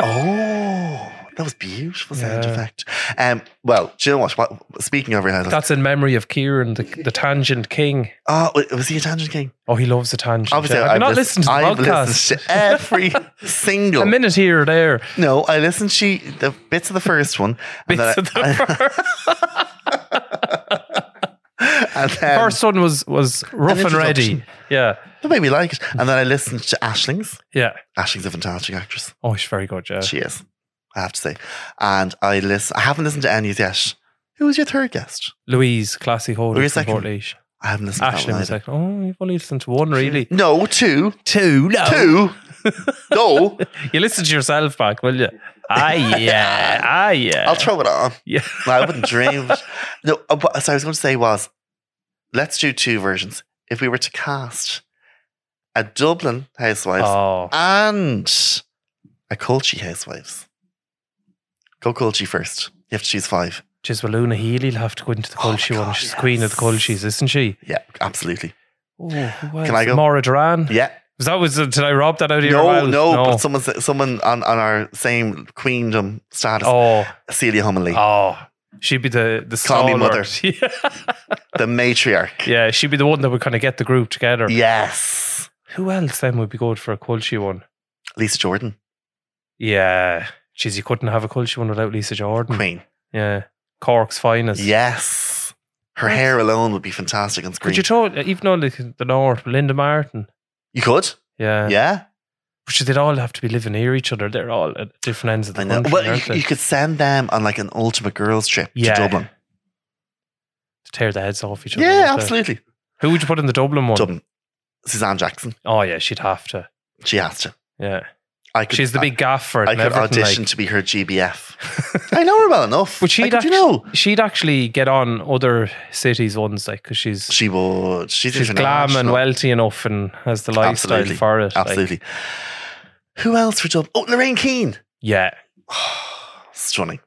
oh, that was beautiful sound Yeah. effect. Um, well, do you know what? what speaking of realizing, That's in memory of Kieran, the, the Tangent King. oh, was he a tangent king? Oh, he loves the tangent. Obviously, yeah. Have you I've not listened- listened to the I've podcast? listened to every single a minute here or there. No, I listened to the bits of the first one. And Bits then of I- the first. and then, first one was was rough Um, An and ready. introduction. Yeah, that made me like it. And then I listened to Ashling's. yeah. Ashling's a fantastic actress. Oh, she's very good. Yeah. She is, I have to say. And I listen. I haven't listened to any yet. Who was your third guest? Louise, classy Were holder you from second? Portlaoise. I haven't listened to that Ashley one was either. like, "Oh, you've only listened to one, really. No, two, Two, no. two. no, You listen to yourself back, will you? Ah, yeah, ah, yeah. I'll throw it on. Yeah. No, I wouldn't dream. of it. No, uh, what- so I was going to say was, let's do two versions. If we were to cast a Dublin housewife Oh, and a Colchi housewives. Go Colchi first. You have to choose five. just well, Luna Healy'll have to go into the Oh my Colchi one. God, She's queen of the yes. Colchis, isn't she? Yeah, absolutely. Oh, who Can I else? go? Maura Duran. Yeah. Was that was did I rob that out of your No, mouth? no, But someone, sa- someone on, on our same queendom status, oh, Celia Humley, oh, she'd be the the Call me mother. stalwart. the matriarch. yeah, she'd be the one that would kind of get the group together. Yes, Who else then would be good for a Colchi one? Lisa Jordan, Yeah. Jeez, you couldn't have a culture one without Lisa Jordan. Queen. Yeah. Cork's finest. Yes, her hair alone would be fantastic on screen. Could you throw, even though like the North, Linda Martin? You could, Yeah. yeah. Which they'd all have to be living near each other. They're all at different ends of the I know. country. Well, aren't you, they? you could send them on like an ultimate girls trip Yeah. to Dublin. to tear the heads off each other. Yeah, wouldn't they? absolutely. Who would you put in the Dublin one? Dublin. Suzanne Jackson, Oh, yeah, she'd have to. she has to. Yeah. I could, She's the big gaff for it. I, I and could everything, audition like. to be her GBF. I know her well enough. But she'd, like, did actually, you know? she'd actually get on other cities' ones, like, because she's, She would. She's, she's glam and international. wealthy enough and has the lifestyle Absolutely. for it. like. Absolutely. Who else for Dublin? Oh, Lorraine Keane. yeah. Stunning.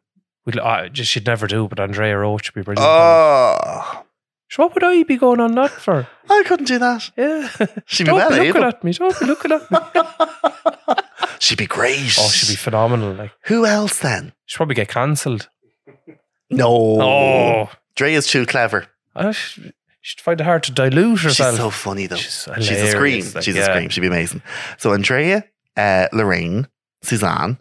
We'd, I just she'd never do, but Andrea Roach would be brilliant. Oh, so what would I be going on that for? I couldn't do that. Yeah, She'd be don't well be looking able. at me. Don't be looking at me. She'd be great. oh, she'd be phenomenal. Like Who else then? she'd probably get cancelled. No. Oh, Dre is too clever. I sh- She'd find it hard to dilute herself. She's so funny though. She's She's, a scream. hilarious, like, She's yeah. a scream. She'd be amazing. So Andrea, uh, Lorraine, Suzanne.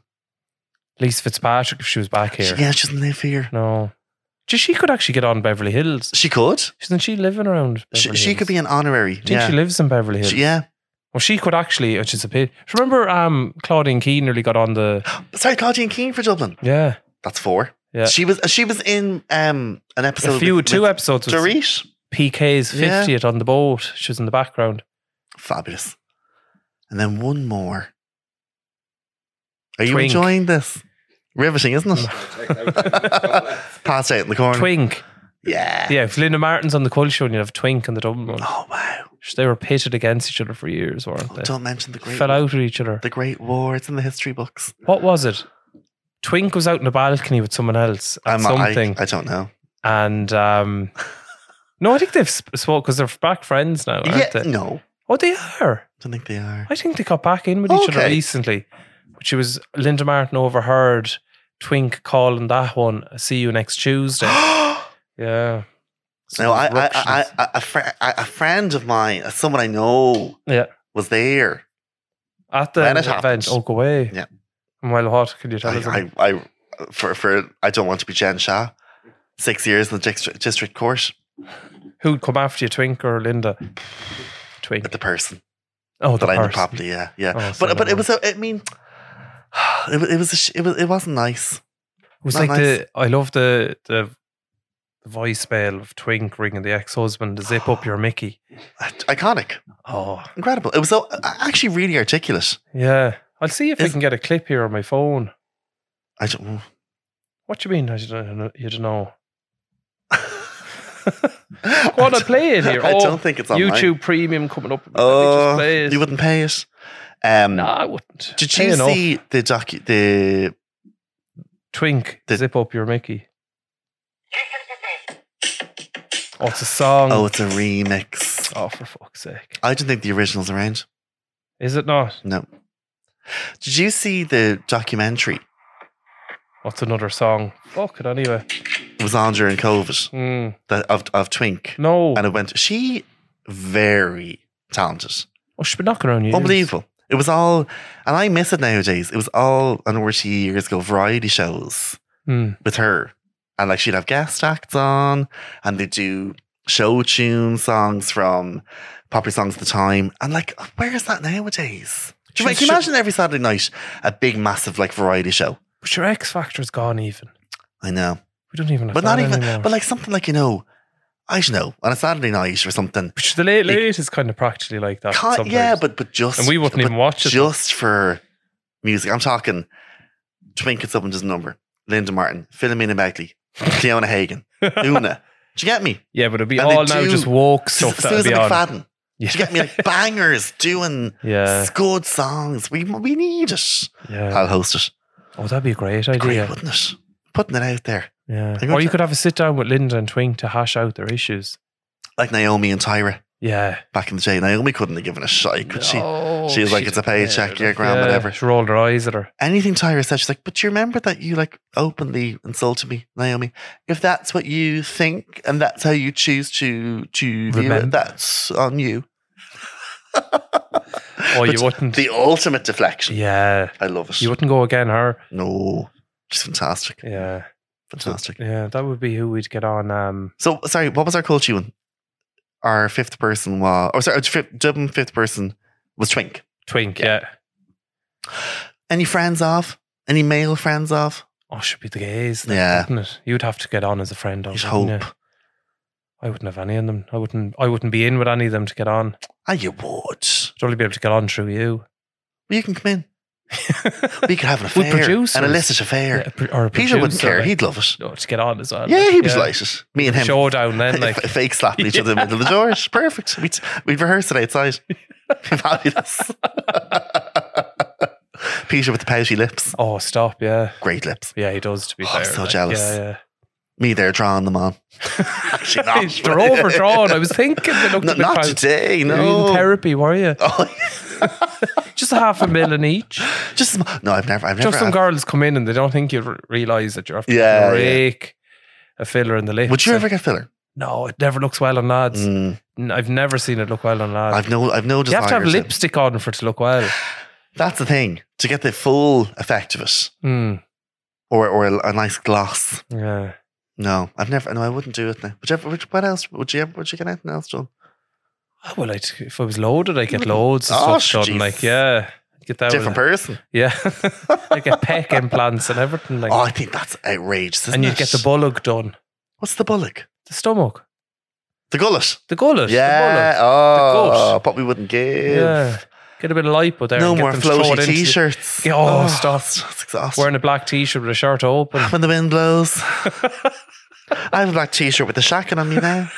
Lise Fitzpatrick, if she was back She- here. yeah, she doesn't live here. No. She, she could actually get on Beverly Hills. She could. Isn't she living around? She, Beverly she Hills? could be an honorary. I think yeah. she lives in Beverly Hills. She- yeah. Well, she could actually, which is a pity. Remember, um, Claudine Keane nearly got on the. Sorry, Claudine Keane for Dublin. Yeah, That's four. yeah. She was she was in um an episode. a few, with- two with episodes. with Dorit. PK's Yeah. fiftieth on the boat. She was in the background. Fabulous. And then one more. Are you Twink. enjoying this? Riveting, isn't it? Pass out in the corner. Twink. Yeah. Yeah, if Linda Martin's on the Cull show and you have Twink on the Dublin one. Oh wow. They were pitted against each other for years, weren't they? Don't mention the great Fell out at each other. the great war. It's in the history books. What was it? Twink was out in a balcony with someone else at I'm- I- something, I, don't know. and um, no, I think they've sp- spoke because they're back friends now, aren't Yeah, they? no. Oh, they are. I don't think they are. I think they got back in with each other Okay. recently. But she was Linda Martin overheard Twink calling that one. See you next Tuesday. yeah. No, I, I, Ructions. I, I, a, fr- I- a friend of mine, uh, someone I know, yeah was there. at the When it event. happens. Oh, go away. Yeah. And while hot, can you tell us? I, I, I, for, for, I don't want to be Jen Shah. Six years in the district, district court who'd come after you, Twink or Linda? Twink. with the person oh, the that I knew person. properly. Yeah, yeah. Oh, so but but that it was. A, I mean, it, wa- it was. A, sh- it was. It wasn't nice. It was Not like nice. the I love the the the voicemail of Twink ringing the ex husband to zip up your Mickey. Iconic, Oh, incredible. It was so a- actually really articulate. yeah. I'll see if I Is- can get a clip here on my phone. I don't. What do you mean? I don't know. You don't know. I What I don't- play it here? I Oh, don't think it's online. YouTube Premium coming up. Let me just Oh, play it. you wouldn't pay it. Um, No, I wouldn't. Did Pay you enough. see the docu- the Twink? the- zip up your Mickey. Oh, it's a song. Oh, Oh, it's a remix. for fuck's sake! I don't think the original's around. Is it not? No. Did you see the documentary? What's another song? Fuck it anyway. It was on during COVID Hmm. that of of Twink, No. and it went. She very talented, Oh, she's been knocking around you. unbelievable. It was all, and I miss it nowadays. It was all an RT years ago variety shows Mm. with her, and like she'd have guest acts on, and they do show tune songs from popular songs at the time, and like where is that nowadays? Do you, She's can you sho- imagine every Saturday night a big massive like variety show? But your X Factor's gone. Even I know. we don't even. Have but not that even Anymore. but like something like you know i don't know on a saturday night or something Which the late late is kind of practically like that. Can't- sometimes. yeah but but just And we wouldn't but even watch it. just for music i'm talking twink and someone does number linda martin philomena bagley fiona hagen una do you get me yeah, but it'd be And they all now do- just woke stuff Su- that'd susan be on. mcfadden Yeah. do you get me like bangers doing Yeah. good songs we we need it yeah. i'll host it Oh, that'd be a great idea. great wouldn't it putting it out there Yeah. I Or you gotcha. could have a sit down with Linda and Twink to hash out their issues. like naomi and tyra Yeah. back in the day naomi couldn't have given a shite could she No, she was like, she- it's a paycheck, your grand, yeah, whatever. She rolled her eyes at her. anything Tyra said, she's like, but you remember that you like openly insulted me, Naomi. If that's what you think and that's how you choose to to view Remember. it, that's on you. Oh, you But wouldn't. The ultimate deflection. yeah. I love it. You wouldn't go again, her. no, she's fantastic, Yeah. fantastic. Yeah. That would be who we'd get on. Um, So sorry, what was our culture one? Our fifth person was, or sorry, our fifth, Dublin fifth person was Twink. Twink. Yeah. Yeah. Any friends of? Any male friends of? Oh, should be the gays. Yeah. Wouldn't it? You'd have to get on as a friend. Though, You'd wouldn't hope. I wouldn't have any of them. I wouldn't. I wouldn't be in with any of them to get on. Ah, you would. I'd only be able to get on through you. Well, you can come in. We could have an With affair, an producers. illicit affair. Yeah, a pro- or a Peter wouldn't producer, care. like, He'd love it. no, to get on as well. Yeah, like, he was delighted. Me and him. Showdown then, like F- fake slapping each other in the middle of the doors. Perfect. We'd, we'd rehearse it outside. Fabulous. Peter with the pouty lips. oh stop, yeah, Great lips. yeah, he does. To be Oh, fair, I'm so like, jealous. Yeah, Me there drawing them on. Actually, yeah. not. They're overdrawn. I was thinking they looked No, a bit Ah, not proud. today, You were in no. therapy, were you? Oh, Just a half a million each. just some- no, I've never, I've never. Just some had- girls come in and they don't think you realise that you're after Yeah, yeah. rake a filler in the lips. Would you and- ever get filler? No, it never looks well on lads. Mm, N- I've never seen it look well on lads. I've no, I've no you desire. have to have to- lipstick on for it to look well. That's the thing to get the full effect of it, Mm, or or a, a nice gloss. yeah. No, I've never. No, I wouldn't do it now. Would you ever, would, what else would you? ever- Would you get anything else done? Oh, well, I'd, if I was loaded, I'd get loads of Oh, stuff done. Jesus. Like, yeah. Get that Different with, person. Yeah. I'd get pec implants and everything. Like, oh, I think that's outrageous. Isn't and you'd it? get the bullock done. What's the bullock? The stomach. The gullet. The gullet. Yeah. The bullock. oh, goat. but we wouldn't give. Yeah. Get a bit of lipo there. No and get more them thrown floaty into the- t-shirts. Yeah, oh, stop. It's, it's exhausting. Wearing a black t shirt with a shirt open. when the wind blows. I have a black t-shirt with the shacken on me now.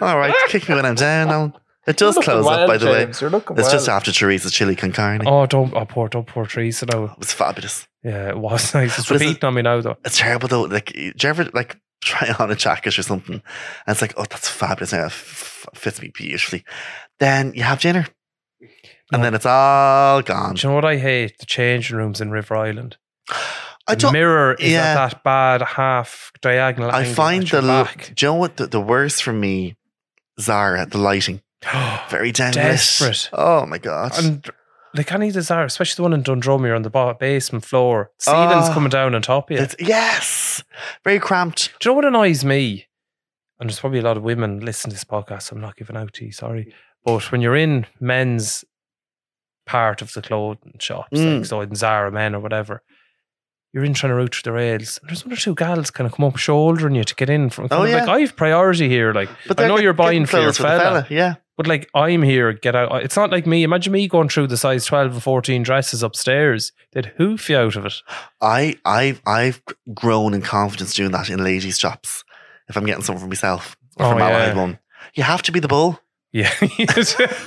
All right, kick me when I'm down. I'll- it does close up, by the way. You're looking It's just after Teresa's chili con carne. Oh, don't. Oh, poor, don't poor Teresa now. It was fabulous. Yeah, it was nice. It's But is it- repeating on me now, though. It's terrible though. Like, do you ever like try on a jacket or something, and it's like, oh, that's fabulous. Now it f- fits me beautifully. Then you have dinner, and then it's all gone. Do you know what I hate? The changing rooms in River Island. I The don't. mirror is yeah. at that bad half diagonal. I angle find at your the l- back. do you know what the, the worst for me, Zara, the lighting very down Desperate. Oh my god! and like any desire, especially the one in Dundromia on the bo- basement floor, ceiling's Oh. coming down on top of you. It's, yes, very cramped. Do you know what annoys me? And there's probably a lot of women listening to this podcast. so I'm not giving out to you, sorry. But when you're in men's part of the clothing shops, Mm. like so in Zara Men or whatever, you're in trying to root through the rails. And there's one or two gals kind of come up shouldering you to get in from. Oh, kind of yeah. Like I've priority here. Like I they're know get- you're buying getting for your clothes fella, the Yeah, but like I'm here. Get out. It's not like me. Imagine me going through the size 12 and 14 dresses upstairs. They'd hoof you out of it. I, I've, I've grown in confidence doing that in ladies' shops. If I'm getting something for myself or Oh, from yeah. Allied One, you have to be the bull. Yeah.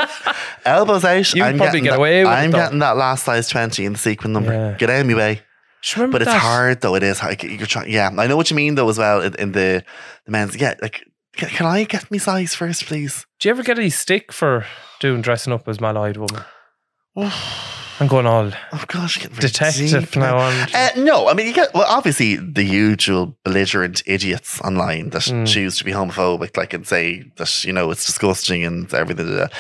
Elbows out. You'd I'm probably getting get that, away with it, I'm though. getting that last size twenty in the sequin number. Yeah. Get out of my way. Do you remember But it's that? hard though. It is hard. You're trying. Yeah, I know what you mean though as well. In, in the the men's, yeah, like. Can, can I get me size first, please? Do you ever get any stick for doing dressing up as mal-eyed woman? I'm going all Oh gosh, getting very detective deep now. On Uh, no, I mean, you get, well, obviously, the usual belligerent idiots online that Mm. choose to be homophobic, like, and say that, you know, it's disgusting and everything. da, da, da.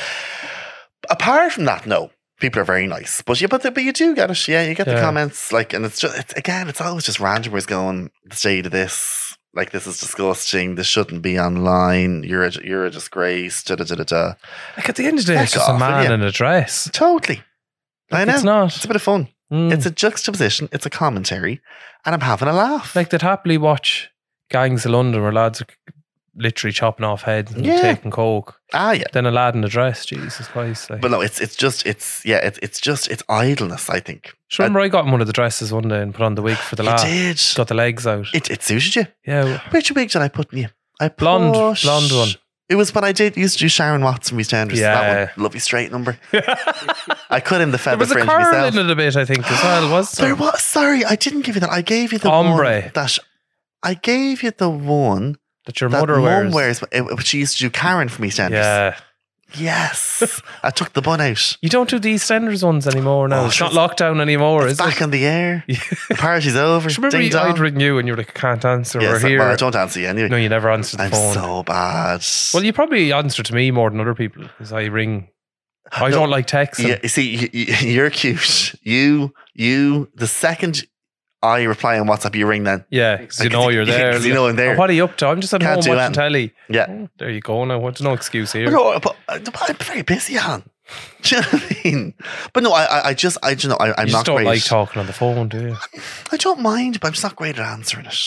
Apart from that, no. People are very nice, but yeah, but, the, but you do get it. Yeah, you get Yeah. the comments, like, and it's just, it's, again, it's always just randomers going, the state of this, like, this is disgusting. This shouldn't be online. You're a, you're a disgrace. Da, da, da, da, da. like at the end of the day, it's Heck just a off, will man you? in a dress. Totally. I know. It's It's, not. a bit of fun. Mm. It's a juxtaposition, it's a commentary, and I'm having a laugh. like they'd happily watch gangs of London where lads are literally chopping off heads and Yeah. taking coke. ah, yeah. Then a lad in a dress, Jesus Christ! Like. But no, it's it's just it's yeah, it's it's just it's idleness. I think Do you remember I got in one of the dresses one day and put on the wig for the you lad. did. Got the legs out. It it suited you. yeah, Which wig did I put in you? I blonde, put- blonde one. It was when I did used to do Sharon Watts from EastEnders. Yeah. that one, lovely straight number. I cut in the There feather was a fringe curl myself. in it a bit, I think, as well. Was there? There was. Sorry, I didn't give you that. I gave you the Ombre. one that I gave you the one that your that mother mum wears? wears. eh, eh, She used to do Karen from EastEnders. yeah. Yes, I took the bun out. You don't do the EastEnders ones anymore now. Oh, it's sure, not lockdown anymore, It's is it? back in the air. The party's over. Do you remember Ding you, I'd dong. ring you and you were like, I can't answer Yes, or here. well, I don't answer you anyway. no, you never answered the I'm phone. so bad. well, you probably answer to me more than other people because I ring. I No. don't like texting. yeah, you see, you, you- you're cute. You, you. The second I reply on WhatsApp, you ring then. Yeah, 'cause you Like, know you're there. 'cause you know I'm there. "Oh, what are you up to? I'm just at Can't do home watching that. telly. Yeah. Oh, there you go now. What's no excuse here? But no, but, uh, but I'm very busy, Alan. Do you know what I mean? But no, I, I, I just, I don't know. I, I'm you not just don't great. like talking on the phone, do you? I don't mind, but I'm just not great at answering it.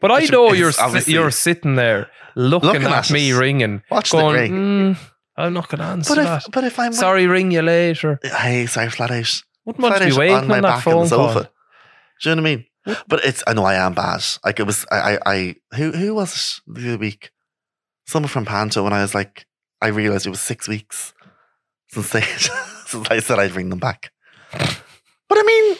But I Which know is you're si- obviously- you're sitting there looking, Looking at at, me us. ringing, Watch the going, ring. "Mm, I'm not going to answer But that. if, but if I'm Sorry, ring you later. hey, sorry, flat out. Wouldn't want to flat be out waiting on my that back phone on the sofa. call. Do you know what I mean? But it's I know I am bad. Like it was I I, I who who was it the other week? Someone from Panto when I was like I realized it was six weeks since they since I said I'd ring them back. But I mean,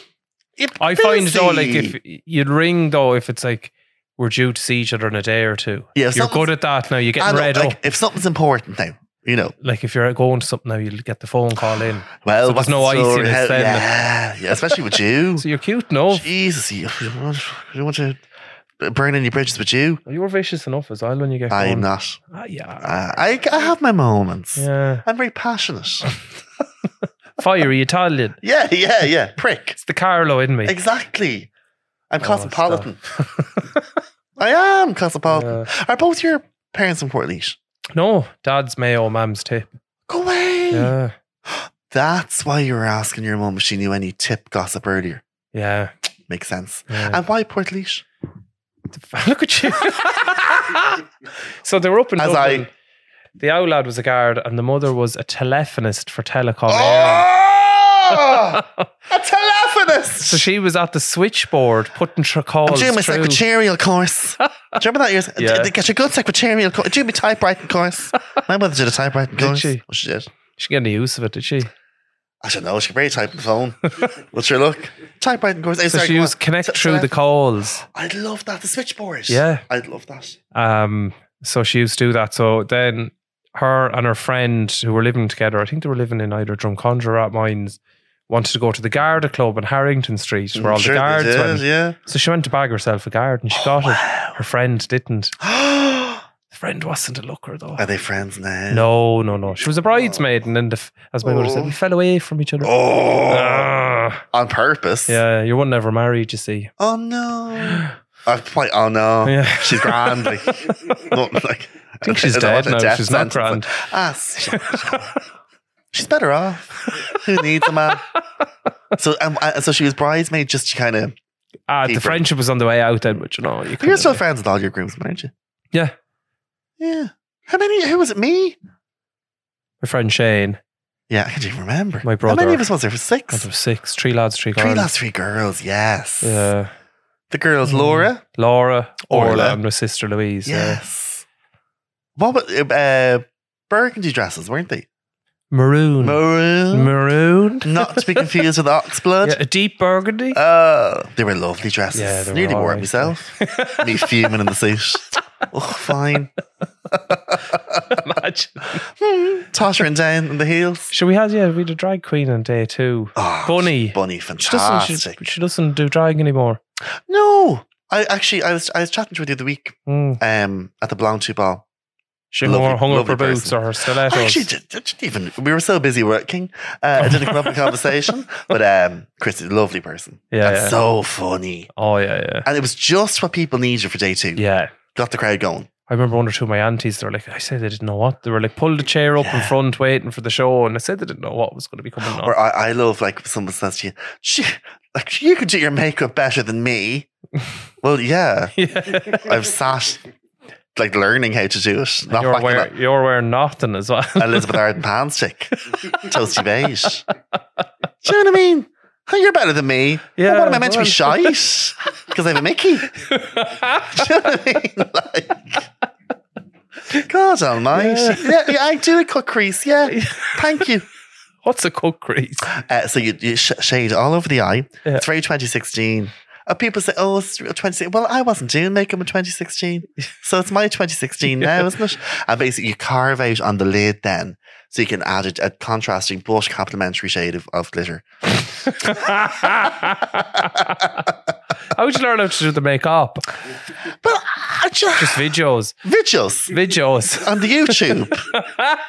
you're I find though, like busy. if you'd ring though, if it's like we're due to see each other in a day or two. Yeah, if you're something's- good at that now. You're I getting know, read like, up. if something's important now, you know. Like if you're going to something now, you'll get the phone call in. Well, so there's what's no the story? iciness How- then. yeah, yeah, especially with you. oh. So you're cute, no? Jesus, you, you want to burn any bridges with you. You're vicious enough as well when you get I'm going. not. Ah, yeah. Uh, I, I have my moments. Yeah. I'm very passionate. Fiery Italian. yeah, yeah, yeah. Prick. It's the Carlo in me. Exactly. I'm Oh, cosmopolitan. I am cosmopolitan. Are both your parents in Port No, dad's mayo, mam's tip. Go away. Yeah. That's why you were asking your mum if she knew any tip gossip earlier. Yeah. Makes sense. Yeah. And why Port Look at you. so they were up in As Dublin. I- The owl lad was a guard and the mother was a telephonist for Telecom Ireland. Oh! a telephonist! So she was at the switchboard putting tr- I'm calls doing my through. secretarial course. Do you remember that years? Yeah. They get a good secretarial course. Do my typewriting course. My mother did a typewriting Did course. she? Oh, she did. She didn't get any use of it, did she? I should know. She could barely type on the phone. What's your look? Typewriting course. So she used connect through the calls. I'd love that. The switchboard. Yeah. I'd love that. Um, so she used to do that. So then her and her friend who were living together, I think they were living in either Drumcondra or at Mines, wanted to go to the Garda Club in Harrington Street where all Sure the they guards did, went. So she went to bag herself a guard and she got it. Her friend didn't. Yeah. Oh, The friend wasn't a looker though. Are they friends now? No, no, no. She was a bridesmaid and then, the, f- as my mother said, Oh. we fell away from each other. Oh. Ah. On purpose. Yeah, you weren't ever married, you see. Oh no. I play. Oh no. Yeah. She's grand. Like, not like. I think she's dead now, she's not grand. Ah, shut- shut up. she's better off. Who needs a man? So, um, uh, so she was bridesmaid. Just to kind of. Ah, the Keeper. friendship was on the way out then, but you know, you You're couldn't- still friends with all your groomsmen, aren't you? Yeah, Yeah. How many? Who was it? Me? my friend Shane. Yeah, I can't even remember. My How many brother. of us was there? God, there Six. were six, three lads, three girls. Three last three girls. Yes. Yeah. The girls, Laura. Laura, Orla, Orla. and my sister Louise. Yeah. Yes. What was uh, burgundy dresses, weren't they? Maroon. Maroon. Maroon. Not to be confused with Yeah, oxblood. a deep burgundy. Oh, they were lovely dresses. Yeah, they were Nearly wore it alright. myself. Me fuming in the seat. Oh, fine. Imagine. Tottering down in the heels. So we had, yeah, we had a drag queen on day two. Oh, Bunny. Bunny, She doesn't, she, fantastic. she doesn't do drag anymore. No, I actually, I was, I was chatting to her the other week Mm. um, at the Blown Two Ball. She Lovely- hung, hung up lovely her boots person. or her stilettos. Actually, did, did, even we were so busy working, uh, I didn't come up with conversation. But um, Chris is a lovely person. Yeah, and yeah. so funny. oh, yeah, yeah. And it was just what people needed for day two. Yeah. Got the crowd going. I remember one or two of my aunties, they were like, I said they didn't know what. They were like, pulled the chair up in front, waiting for the show. And I said they didn't know what was going to be coming on. Or I, I love like someone says to you, "Gee, like you could do your makeup better than me. well, yeah, yeah. I've sat like learning how to do it. Not You're fucking wearing, you're wearing nothing as well. a- Elizabeth Arden Panstick, toasty beige. do you know what I mean? Oh, you're better than me. Yeah, Yeah, what am I meant to be well. shite? Because I have a Mickey. do you know what I mean? Like, God almighty. Yeah. yeah, I do a cut crease. Yeah. Thank you. What's a cook crease? Uh, so you, you sh- shade all over the eye. Yeah. It's very 2016. Uh, people say, oh, it's 2016. Well, I wasn't doing makeup in 2016. So it's my 2016 now, isn't it? And basically, you carve out on the lid then. So you can add a, a contrasting but complementary shade of, of glitter. How would you learn how to do the makeup? But I Just just videos. vigils Videos. on the YouTube.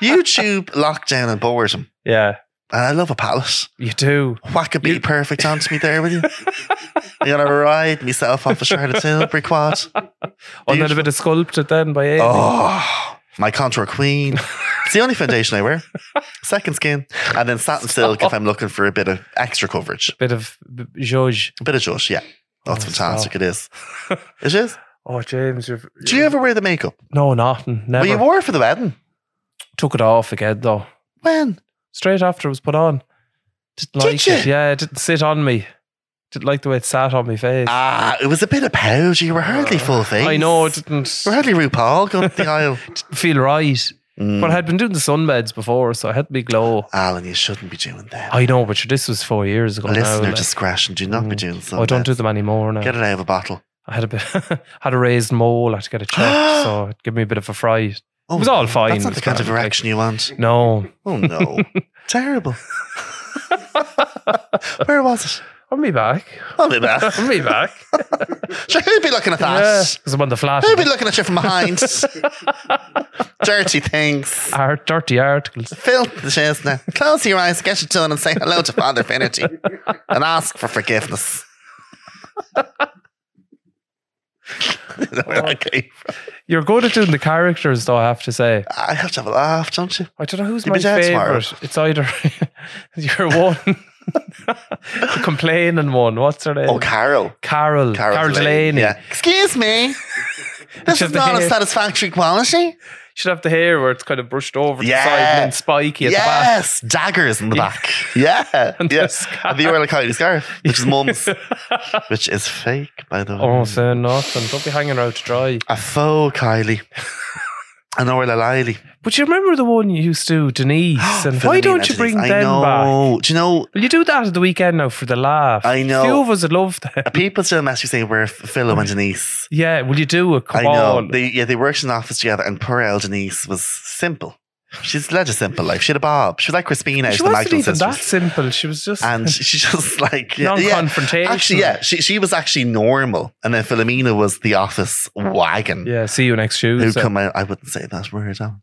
YouTube lockdown and boredom. Yeah, And I love a palette. you do. Whack a beat perfect onto me there, will you? I'm gonna ride myself off a Charlotte Tilbury quad. Oh, And then a bit of sculpted then by Amy. Oh, my contour queen. It's the only foundation I wear. Second skin. And then satin silk if I'm looking for a bit of extra coverage. Bit of b- zhuzh. A bit of Josh, yeah. That's Oh, fantastic. stop. It is. It is. Oh, James, you've. Do you ever wear the makeup? No, nothing. Never. Well, you wore it for the wedding. Took it off again though. When? Straight after it was put on. Didn't Did like you? it. Yeah, it didn't sit on me. Didn't like the way it sat on my face. Ah, it was a bit of powder. You were hardly full face. I know it You didn't were hardly RuPaul going up the aisle. didn't feel right. Mm. But I had been doing the sunbeds before, so I had me glow. Alan, you shouldn't be doing that. I know, but sure, this was four years ago. Listener now, like- discretion. Do not be doing something. Oh, I don't do them anymore now. Get it out of a bottle. I had a bit, had a raised mole. I had to get it checked, so it gave me a bit of a fright. Oh, it was all no, fine. That's It not the was kind of grand, like- erection you want. No, Oh no. Terrible. Where was it? I'll be back. I'll be back. I'll be back. Sure, who'd be looking at that? yeah, 'cause I'm on the flash. Who'd be looking at you from behind? Dirty things. Art, dirty articles. Filth the chest now. Close your eyes, get your done, and say hello to Father Finnerty and ask for forgiveness. okay. You're good at doing the characters, though. I have to say. I have to have a laugh, don't you? I don't know who's You'll my be dead tomorrow. favorite. It's either you're one, the complaining one. What's her name? Oh, Carol. Carol. Carol, Delaney. Yeah. Excuse me. It's This just is the not a hair. satisfactory quality. She'd have the hair where it's kind of brushed over Yeah. the side and then spiky at yes, daggers in the back. Yeah, And the yes. scarf. And the Earl of Coyote scarf, which is mum's, the back. which is fake, by the way. oh, say nothing. Don't be hanging out to dry. A faux Kylie. An Orla Lily. But you remember the one you used to, Denise? And why Philomena don't you Denise. bring I them back? know. Do you know, Will you do that at the weekend now for the laugh? I know. A few of us would love that. people still mess you saying we're Philo and Denise. Yeah, will you do it? Come I know. on. They, yeah, they worked in the office together, and poor old Denise was simple. She's led a simple life. She had a bob. She was like Crispina out she of the wasn't Magdalene even Sisters. that simple. She was just and she just like yeah, Non-confrontational. Yeah. Actually, yeah, she, she was actually normal, and then Philomena was the office wagon Yeah, see you next who Tuesday. come out. I wouldn't say that word. Alan.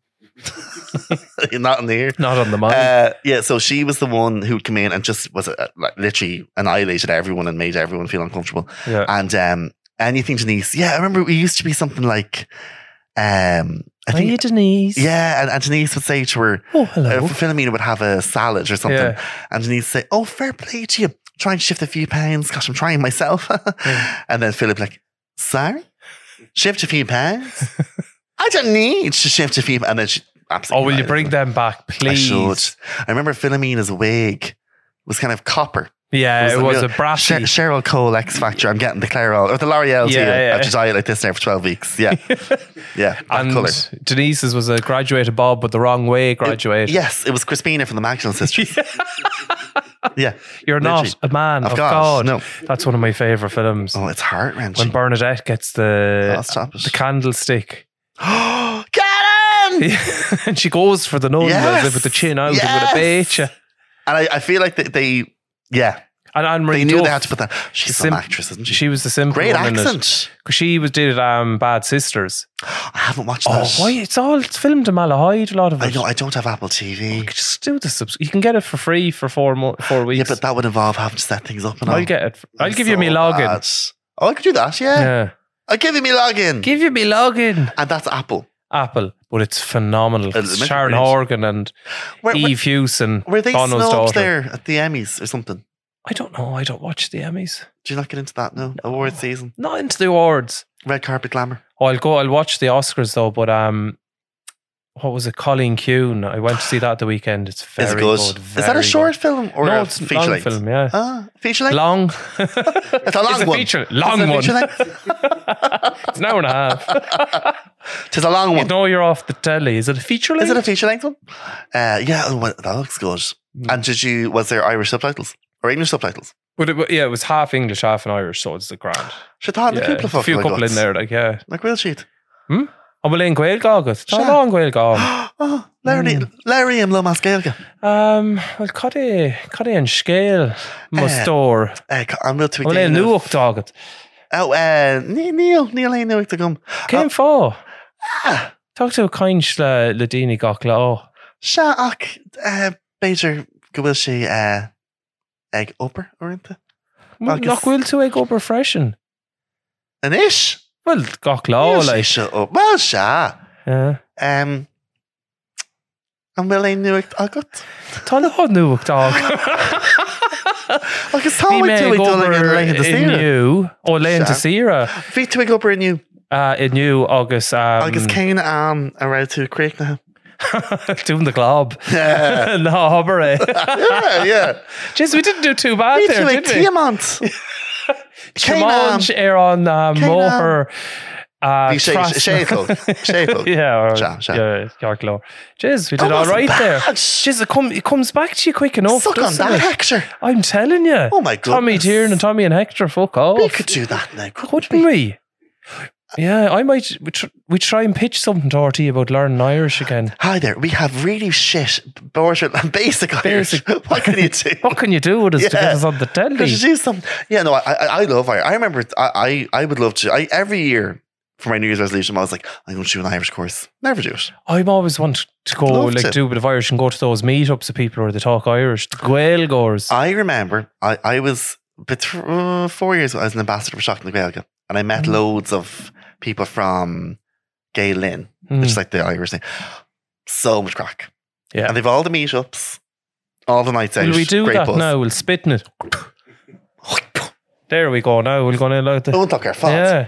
Not in the ear. Not on the mind. Uh, yeah, so she was the one who would come in and just was uh, like literally annihilated everyone and made everyone feel uncomfortable. yeah. And um, anything Denise, yeah, I remember we used to be something like, um, I Are you think, Denise? yeah, and, and Denise would say to her, Oh, uh, hello. Philomena would have a salad or something, Yeah. and Denise would say, "Oh, fair play to you. Try and shift a few pounds. Gosh, I'm trying myself." And then Philip like, "Sorry, shift a few pounds. I don't need to shift a few." And then she oh, absolutely. will you lied, bring didn't them back, I please? should. I remember Philomena's wig was kind of copper. Yeah, Uh, it a was real- a brassy. Cher- Cheryl Cole X Factor. I'm getting the Clairol or the L'Oreal Yeah, deal. yeah. I have to dye it like this now for twelve weeks. Yeah, yeah, that and color. Denise's was a graduated bob, but the wrong way graduated. Yes, it was Crispina from the Magdalene Sisters. yeah, You're not Literally. a man Of of, God, God. no. That's one of my favorite films. Oh, it's heart when wrenching. Bernadette gets the I'll stop it. the candlestick. Get him! and she goes for the nose Yes! with the chin out Yes! and with a bait. And I, I feel like they, they yeah, And Anne they Marie knew Duff, they had to put that. She's Sim- an actress, isn't she? She was the simple Great one in it. accent. 'Cause She was did um, Bad Sisters. I haven't watched Oh, that. why? It's all it's filmed in Malahide. A lot of it. I know I don't have Apple TV. You just do the subs. You can get it for free for four mo- four Yeah, weeks. but that would involve having to set things up. And all. I'll get it. for- I'll It's give you so me login. bad. Oh, I could do that. Yeah, Yeah, I'll give you me login. give you me login. and that's Apple. Apple, but it's phenomenal. It's It's meant to be Sharon brilliant. Horgan and Were, were- Eve Hewson, were they Bono's snubbed daughter. there at the Emmys or something? I don't know. I don't watch the Emmys. Do you not get into that? No, award season, Not into the awards. red carpet glamour. Oh, I'll go. I'll watch the Oscars though. But um, what was it? Colleen Kuhn. I went to see that the weekend. It's very Is it good. good? very Is that a good. short film or no, a it's a feature long length? film. Yeah. Ah, feature length. Long. It's a long it's a one. Feature, Is long it a one. feature length? it's an hour and a half. It's a long you one. know you're off the telly. Is it a feature? Is it a length? feature length one? Uh, yeah, oh, well, that looks good. Hmm. And did you? Was there Irish subtitles or English subtitles? But it, yeah, it was half English, half an Irish, so it's the grand. Should have yeah, a couple of a few fucking couple like in there, like yeah. Like real cheat. I'm in Gael Goggett. Tá Sure. long Gael Goggett. Oh, Larry, hmm. Larry and Lomas Gaelga. Um, well, cadê, cadê an scale Eh, mustor? Uh, I'm real tweet. I'm in Newark Doggett. Oh, uh, Ne- Neil, Neil ain't Newark to come. Came for. Ah. Talk to a kind sla ladini gachla. Oh, Sha och uh, Bejer Gwilshi uh, Egg Upper, aren't they? Agus- knock will to egg over freshen. An ish? Well, gachla Usually like. Shut up. Well, Sha. Yeah. Um, and Will ain't Newark Agat. Tá lá Newark Doggett. Oh, because Tom went to it done in Lane to see her. new or Lane to Sure. see her Fi twig up in you. uh, in new August um, Agus Kane am around to Creek now. doing the glob Yeah. no hobbery Yeah, yeah. jeez we didn't do too bad Fi there twig did we Tiamont. Chimage air on uh, Came Moher uh, Fi Shay- Tras- Shay Cole. Shay Cole. yeah or, Sure, sure. yeah York Law jeez we did all wasn't right there bad. jeez it, come, it comes back to you quick enough Oh, Suck on doesn't that, it? Hector. I'm telling you Oh my Tommy goodness. Oh, Tiernan and Tommy and Hector fuck off We could do that now. couldn't couldn't we Yeah, I might. We, tr- we try and pitch something to RT about learning Irish again. Hi there. We have really shit border basic Irish. Basic. What can you do? What can you do with us to Yeah. get us on the telly? Could you do some? Yeah, no, I I, I love Irish. I remember I, I I would love to. I every year for my New Year's resolution, I was like, I'm going to do an Irish course. Never do it. I've always wanted to go, Love like, to. do a bit of Irish and go to those meetups of people where they talk Irish. The Gaelgors. I remember I I was but th- uh, four years ago, I was an ambassador for Shock and the Gaelga, and I met Mm. loads of people from Gay Lynn, Hmm. which is like the Irish thing. So much crack, yeah. and they've all the meetups, all the nights out. Will we do great that buzz. now? We'll spit in it. There we go. Now we're going to load the. Don't talk our fault. yeah.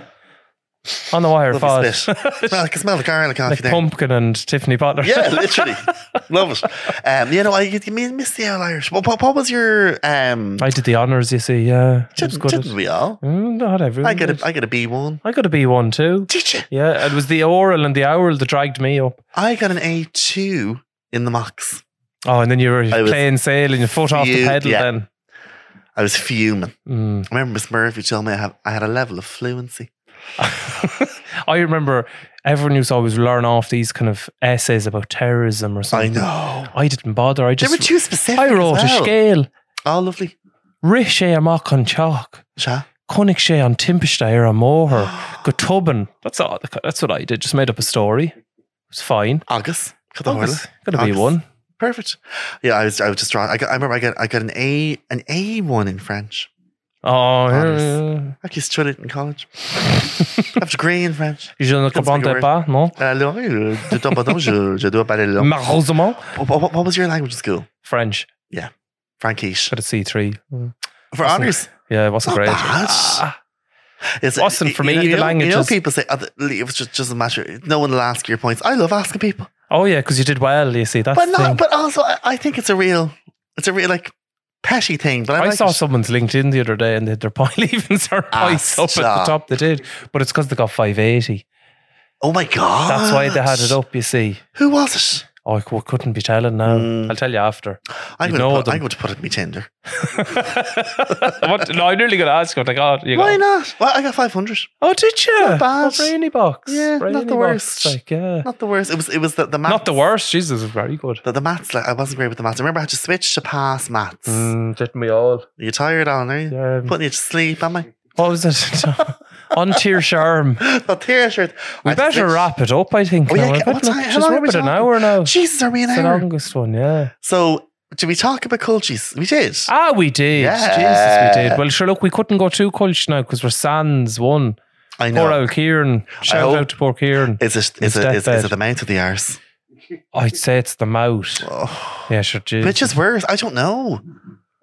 On the wire, Love Fod. your spit. smell, I can smell the garlic coffee like there. pumpkin and Tiffany Potter. Yeah, literally. Love it. Um, you know, I you mean, miss the old Irish. What, what, what was your um I did the honors. You see, yeah. I was didn't, good at- didn't we all? Mm, not everyone. I got did. a I got a B one. I got a B one too. Did you? Yeah, it was the oral and the owl that dragged me up. I got an A two in the mocks. Oh, and then you were I was playing sail and your foot off the fuming, pedal. yeah. Then I was fuming. Mm. I remember Miss Murphy told me I have I had a level of fluency. I remember everyone used to always learn off these kind of essays about terrorism or I something. know. I didn't bother. I They just were too specific. I wrote as well. a scale. Oh lovely. Rishe amach on chalk. Sha. Conicshe on Timpishdair on Moher. Gotubin. That's all. That's what I did. Just made up a story. It was fine. August. Cut the August. whirl. Got to be August. one. Perfect. Yeah, I was I was just drawing. I got I remember I got I got an A an A one in French. Oh, Honest. yeah. I actually studied it in college. I have a degree in French. Je ne Comes to comprends pas, non? Alors, euh, de temps en temps, je, je dois parler langue. Malheureusement. What, what, what was your language in school? French. Frankish. Got a C3. For honours? Yeah, it wasn't Mm. Not great. bad. Ah, It's- Wasn't for you me, know- the you know- language You know, is- people say, oh, the- it was just, doesn't matter. No one will ask your points. I love asking people. oh, yeah, because you did well, you see. That's But the thing. not, but also, I, I think it's a real, it's a real, like, petty thing. But I, I, like saw it. someone's LinkedIn the other day and they had their pile leavings are Ah, ice up at the stop. top. They did. But it's because they got 580. Oh my God. That's why they had it up, you see. Who was it? Oh, I cou- couldn't be telling now. Mm. I'll tell you after. I'm You going, know to put, them. I'm going to put it in my Tinder. what? No, I'm nearly going to ask you. Like, oh, you Why got- not? Well, I got 500. Oh, did you? Not bad. Oh, Brainy box. Yeah, not Brainy the box. worst. Like, yeah. Not the worst. It was, it was the, the maths. Not the worst. Jesus, very good. The, the maths, like I wasn't great with the maths. I remember I had to switch to pass maths. Mm, didn't we all? Are you tired, Alan? Are you Yeah. putting you to sleep? Am I? What was it? On tier charm. Not tear shirt. We better wrap it up, I think. Oh, yeah, now. I what bet time- not- how just long are wrap we it an talking? hour now. Jesus, are we an It's an hour? August one, yeah. So, did we talk about cultures? We did. Ah, we did. Yeah. Jesus, we did. Well, sure, look, we couldn't go too culch now because we're Sans one. I Poor know. old Kieran. Shout hope- out to poor Kieran. Is it His is it is, is deathbed. it the mouth of the arse? I'd say it's the mouth. Oh, Yeah, sure. Jesus. which is worse? I don't know.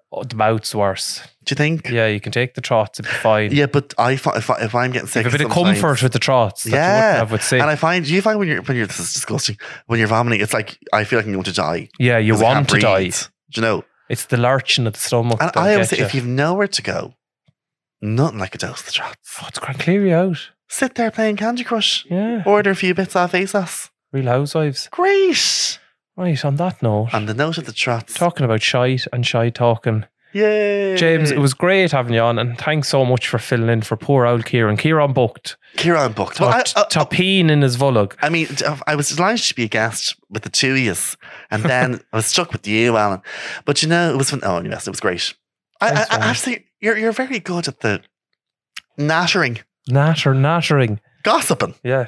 Oh, the mouth's worse. Do you think? Yeah, you can take the trots, it'd be fine. Yeah, but I fi- if, I, if I'm getting sick, Give a bit of sometimes- comfort with the trots. That You Yeah, wouldn't have with sick. and I find do you find when you're when you're this is disgusting when you're vomiting, it's like I feel like I'm going to die. yeah, you 'cause I want to can't die. breathe. Do you know? It's the lurching of the stomach. And that'll I always get say, if you. you've nowhere to go, nothing like a dose of the trots. Oh, it's going to clear you out. Sit there playing Candy Crush. Yeah. Order a few bits off ASOS. Real Housewives. Great. Right, on that note, And the note of the trots. talking about shite and shite talking. Yay. James, it was great having you on, and thanks so much for filling in for poor old Kieran. Kieran booked, Kieran booked. Well, I, top, I, uh, topeen in his vlog. I mean, I was delighted to be a guest with the two of you, and then I was stuck with you, Alan. But you know, it was fun. Oh, yes, it was great. I, I, Thanks, I Alan. actually, you're you're very good at the nattering, Natter, nattering. gossiping, Yeah.